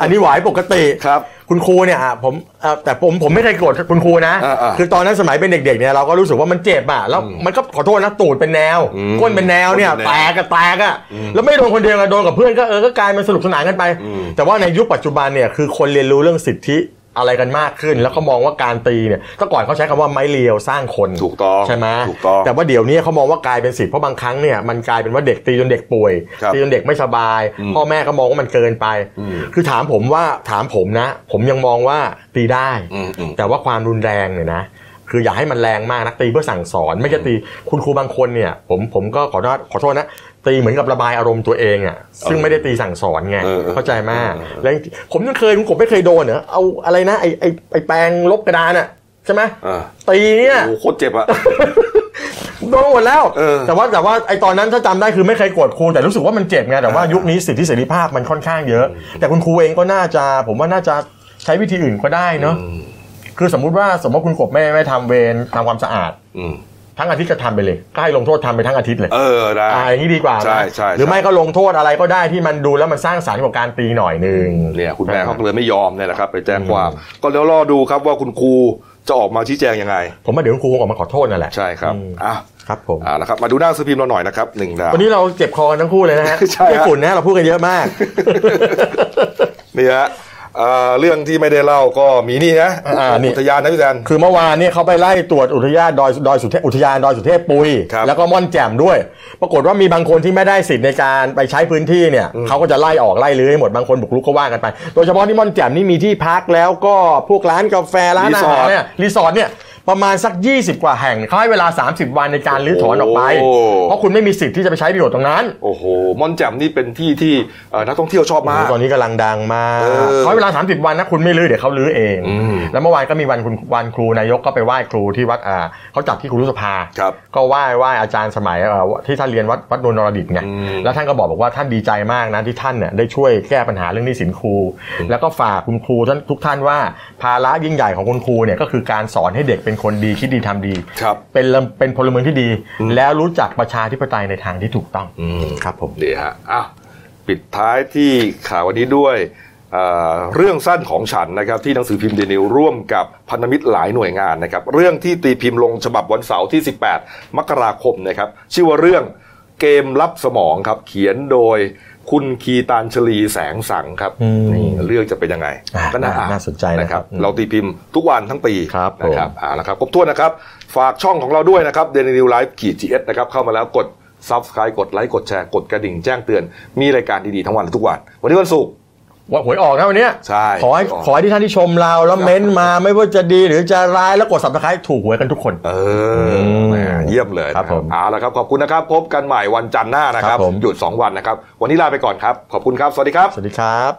อันนี้หวายปกติ
ครับ
คุณครูเนี่ยอ่ะผมอ่ะแต่ผมผมไม่เคยโกรธคุณครูนะ
อ่าๆ
คือตอนนั้นสมัยเป็นเด็กๆเนี่ยเราก็รู้สึกว่ามันเจ็บอ่ะแล้วมันก็ขอโทษนะตูดเป็นแนว
อืม
ก้นเป็นแนวเนี่ย
ก้นเป็น
แต
แนว
กอะแตกอะแล้วไม่โดนคนเดียวอะโดนกับเพื่อนก็เออก็กลายเป็นสนุกสนานกันไป
อืม
แต่ว่าในยุคปัจจุบันเนี่ยคือคนเรียนรู้เรื่องสิทธิอะไรกันมากขึ้น แล้วก็มองว่าการตีเนี่ยแต่ก่อนเขาใช้คำว่าไม้เรียวสร้างคน
ถูกต้อง
ใช่ไหม
ถูกต้อง
แต่ว่าเดี๋ยวนี้เขามองว่ากลายเป็นสิทธิ์เพราะบางครั้งเนี่ยมันกลายเป็นว่าเด็กตีจนเด็กป่วย
ครับ
ตีจนเด็กไม่สบาย
อืม
พ่อแม่ก็มองว่ามันเกินไป
อืม
คือถามผมว่าถามผมนะ ผมยังมองว่าตีได้
อืมอืม
แต่ว่าความรุนแรงเนี่ยนะ คืออย่าให้มันแรงมากนักตีเพื่อสั่งสอน ไม่ใช่ตีคุณครูบางคนเนี่ย ผมผมก็ขอโทษขอโทษนะตีเหมือนกับระบายอารมณ์ตัวเองอะ่ะซึ่งไม่ได้ตีสั่งสอนไง
เออเออ
เข้าใจไหมาก
เออเออ
แล้วผมยังเคยผมไม่เคยโดนเหรอเอาอะไรนะไอไอไอแปรงลบกระดานอ่ะใช่ไหม
เออ
ตีเนี่ย
โอ้โหโคตรเจ็บอะ
โดนหมดแล้ว
เออ
แต่ว่าแต่ว่าไอตอนนั้นถ้าจำได้คือไม่เคยโกรธครูแต่รู้สึกว่ามันเจ็บไงแต่ว่า
อ่ายุ
ยุคนี้สิทธิเสรีภาพมันค่อนข้างเยอะ แต่คุณครูเองก็น่าจะ ผมว่าน่าจะใช้วิธีอื่นก็ได้เนาะ
อืม
คือสมมุติว่าสมมติว่าคุณกบไม่ไม่ทำเวรทำความสะอาด
อืม
ทั้งอาทิตย์ก็ทำไปเลยก็ให้ลงโทษทำไปทั้งอาทิตย์เลย
เออได้
อ่าอย่างนี้ดีกว่า
ใช่
นะ
ใช่ใช่
หรือไม่ก็ลงโทษอะไรก็ได้ที่มันดูแล้วมันสร้างสรรค์กว่าการตีหน่อยนึง
เนี่ยคุณแม่เขาก็เลยไม่ยอมเนี่ยนะครับ ไปแจ้งความ ก็เดี๋ยวรอดูครับว่าคุณครูจะออกมาชี้แจงยังไง
ผมว่าเดี๋ยวคุณครูคงออกมาขอโทษนั่นแหละ
ใช่ครับ
อืม
อ่ะ
ครับผม
อ่านะครับ มาดูหน้าหนังสือพิมพ์เราหน่อยนะครับหนึ่งดาว
วันนี้เราเจ็บคอกันทั้งคู่เลยนะฮะ
ใช่ฮะ
ไอ้ฝุ่นนะเราพูดกันเยอะ
<laughs>
มาก
นี่ฮะอ่าเรื่องที่ไม่ได้เล่าก็มีนี่นะ
อ่านี่
อุทยานนะพี่แดน
คือเมื่อวานเนี่ยเขาไปไล่ตรวจอุทยานดอยดอยสุเทพอุทยานดอยสุเทพปุย
ครับ
แล้วก็ม่อนแจ่มด้วย ปรากฏว่ามีบางคนที่ไม่ได้สิทธิ์ในการไปใช้พื้นที่เนี่ยเขาก็จะไล่ออกไล่เลื้อยให้หมดบางคนบุกรุกก็ว่ากันไป โดยเฉพาะที่ม่อนแจ่มนี่มีที่พักแล้วก็พวกร้านกาแฟร้านอาหารเนี่ยรีสอร์ทเนี่ยประมาณสัก 20 กว่าแห่งเขาให้เวลา 30 วันในการรื้อถอนออกไป เพราะคุณไม่มีสิทธิ์ที่จะไปใช้ประโยชน์ตรงนั้น
โอ้โหม่อนแจ่มนี่เป็นที่ที่เอ่อนักท่องเที่ยวชอบมาก
ตอนนี้กำลังดังมาก
เออ
เขาให้เวลา 30 วันนะคุณไม่ลื้อเดี๋ยวเขาลื้อเอง
อืม
แล้วเมื่อวานก็มีวันคุณวันครูนายกก็ไปไหว้ครูที่วัดอ่าเขาจัดที่ครูรุสภา
ครับ
ก็ไหว้ไหว้อาจารย์สมัยเอ่อที่ท่านเรียนวัดวัดนวลนรดิตไง
อืม
แล้วท่านก็บอกบอกว่าท่านดีใจมากนะที่ท่านเนี่ยได้ช่วยแก้ปัญหาเรื่องหนี้สินครู แล้วก็ฝากคุณครูท่านทุกท่านว่าภาระยิ่งใหญ่ของคุณครูเนี่ยก็คือการสอนให้เด็กเป็นคนดีคิดดีทำดี
ครับ
เป็นละเป็นพลเมืองที่ดี แล้วรู้จักประชาธิปไตยในทางที่ถูกต้อง
อืม
ครับผม
ดีฮะอ่ะปิดท้ายที่ข่าววันนี้ด้วยเอ่อเรื่องสั้นของฉันนะครับที่หนังสือพิมพ์เดนิวร่วมกับพันธมิตรหลายหน่วยงานนะครับเรื่องที่ตีพิมพ์ลงฉบับวันเสาร์ที่ 18 มกราคมนะครับชื่อว่าเรื่องเกมลับสมองครับเขียนโดยคุณคีตานชลีแสงสังครับ
อืม
นี่เรื่องจะเป็นยังไง
อ่า
ก็น่าอ่
น่าสนใจนะค
นะค
รับ
รับ
อืม
เราตีพิมพ์ทุกวันทั้งปี
ครับผม
นะครับ อ่านะครับครบถ้วนนะครับ ฝากช่องของเราด้วยนะครับเดนิวไลฟ์ขีดจีเอสนะครับเข้ามาแล้วกด subscribe กดไลค์กดแชร์กดกระดิ่งแจ้งเตือน มีรายการดี ๆ ทั้งวันและทุกวัน วันนี้วันศุกร์
ว่าหวยออกนะวันเนี้ย
ใช่
ขอให้
หวยออก
ขอให้ที่ท่านที่ชมเราแล้วเม้นต์มาไม่ว่าจะดีหรือจะร้ายแล้วกดสับสไครต์ถูกหวยกันทุกคน
เออ
ม
แหมเยี่ยมเลย
ครับผม
เอาละครับ ขอบคุณนะครับ พบกันใหม่วันจันทร์หน้านะครับ
ครับผม
หยุด 2 วันนะครับ วันนี้ลาไปก่อนครับ ขอบคุณครับ สวัสดีครับ
สวัสดีครับ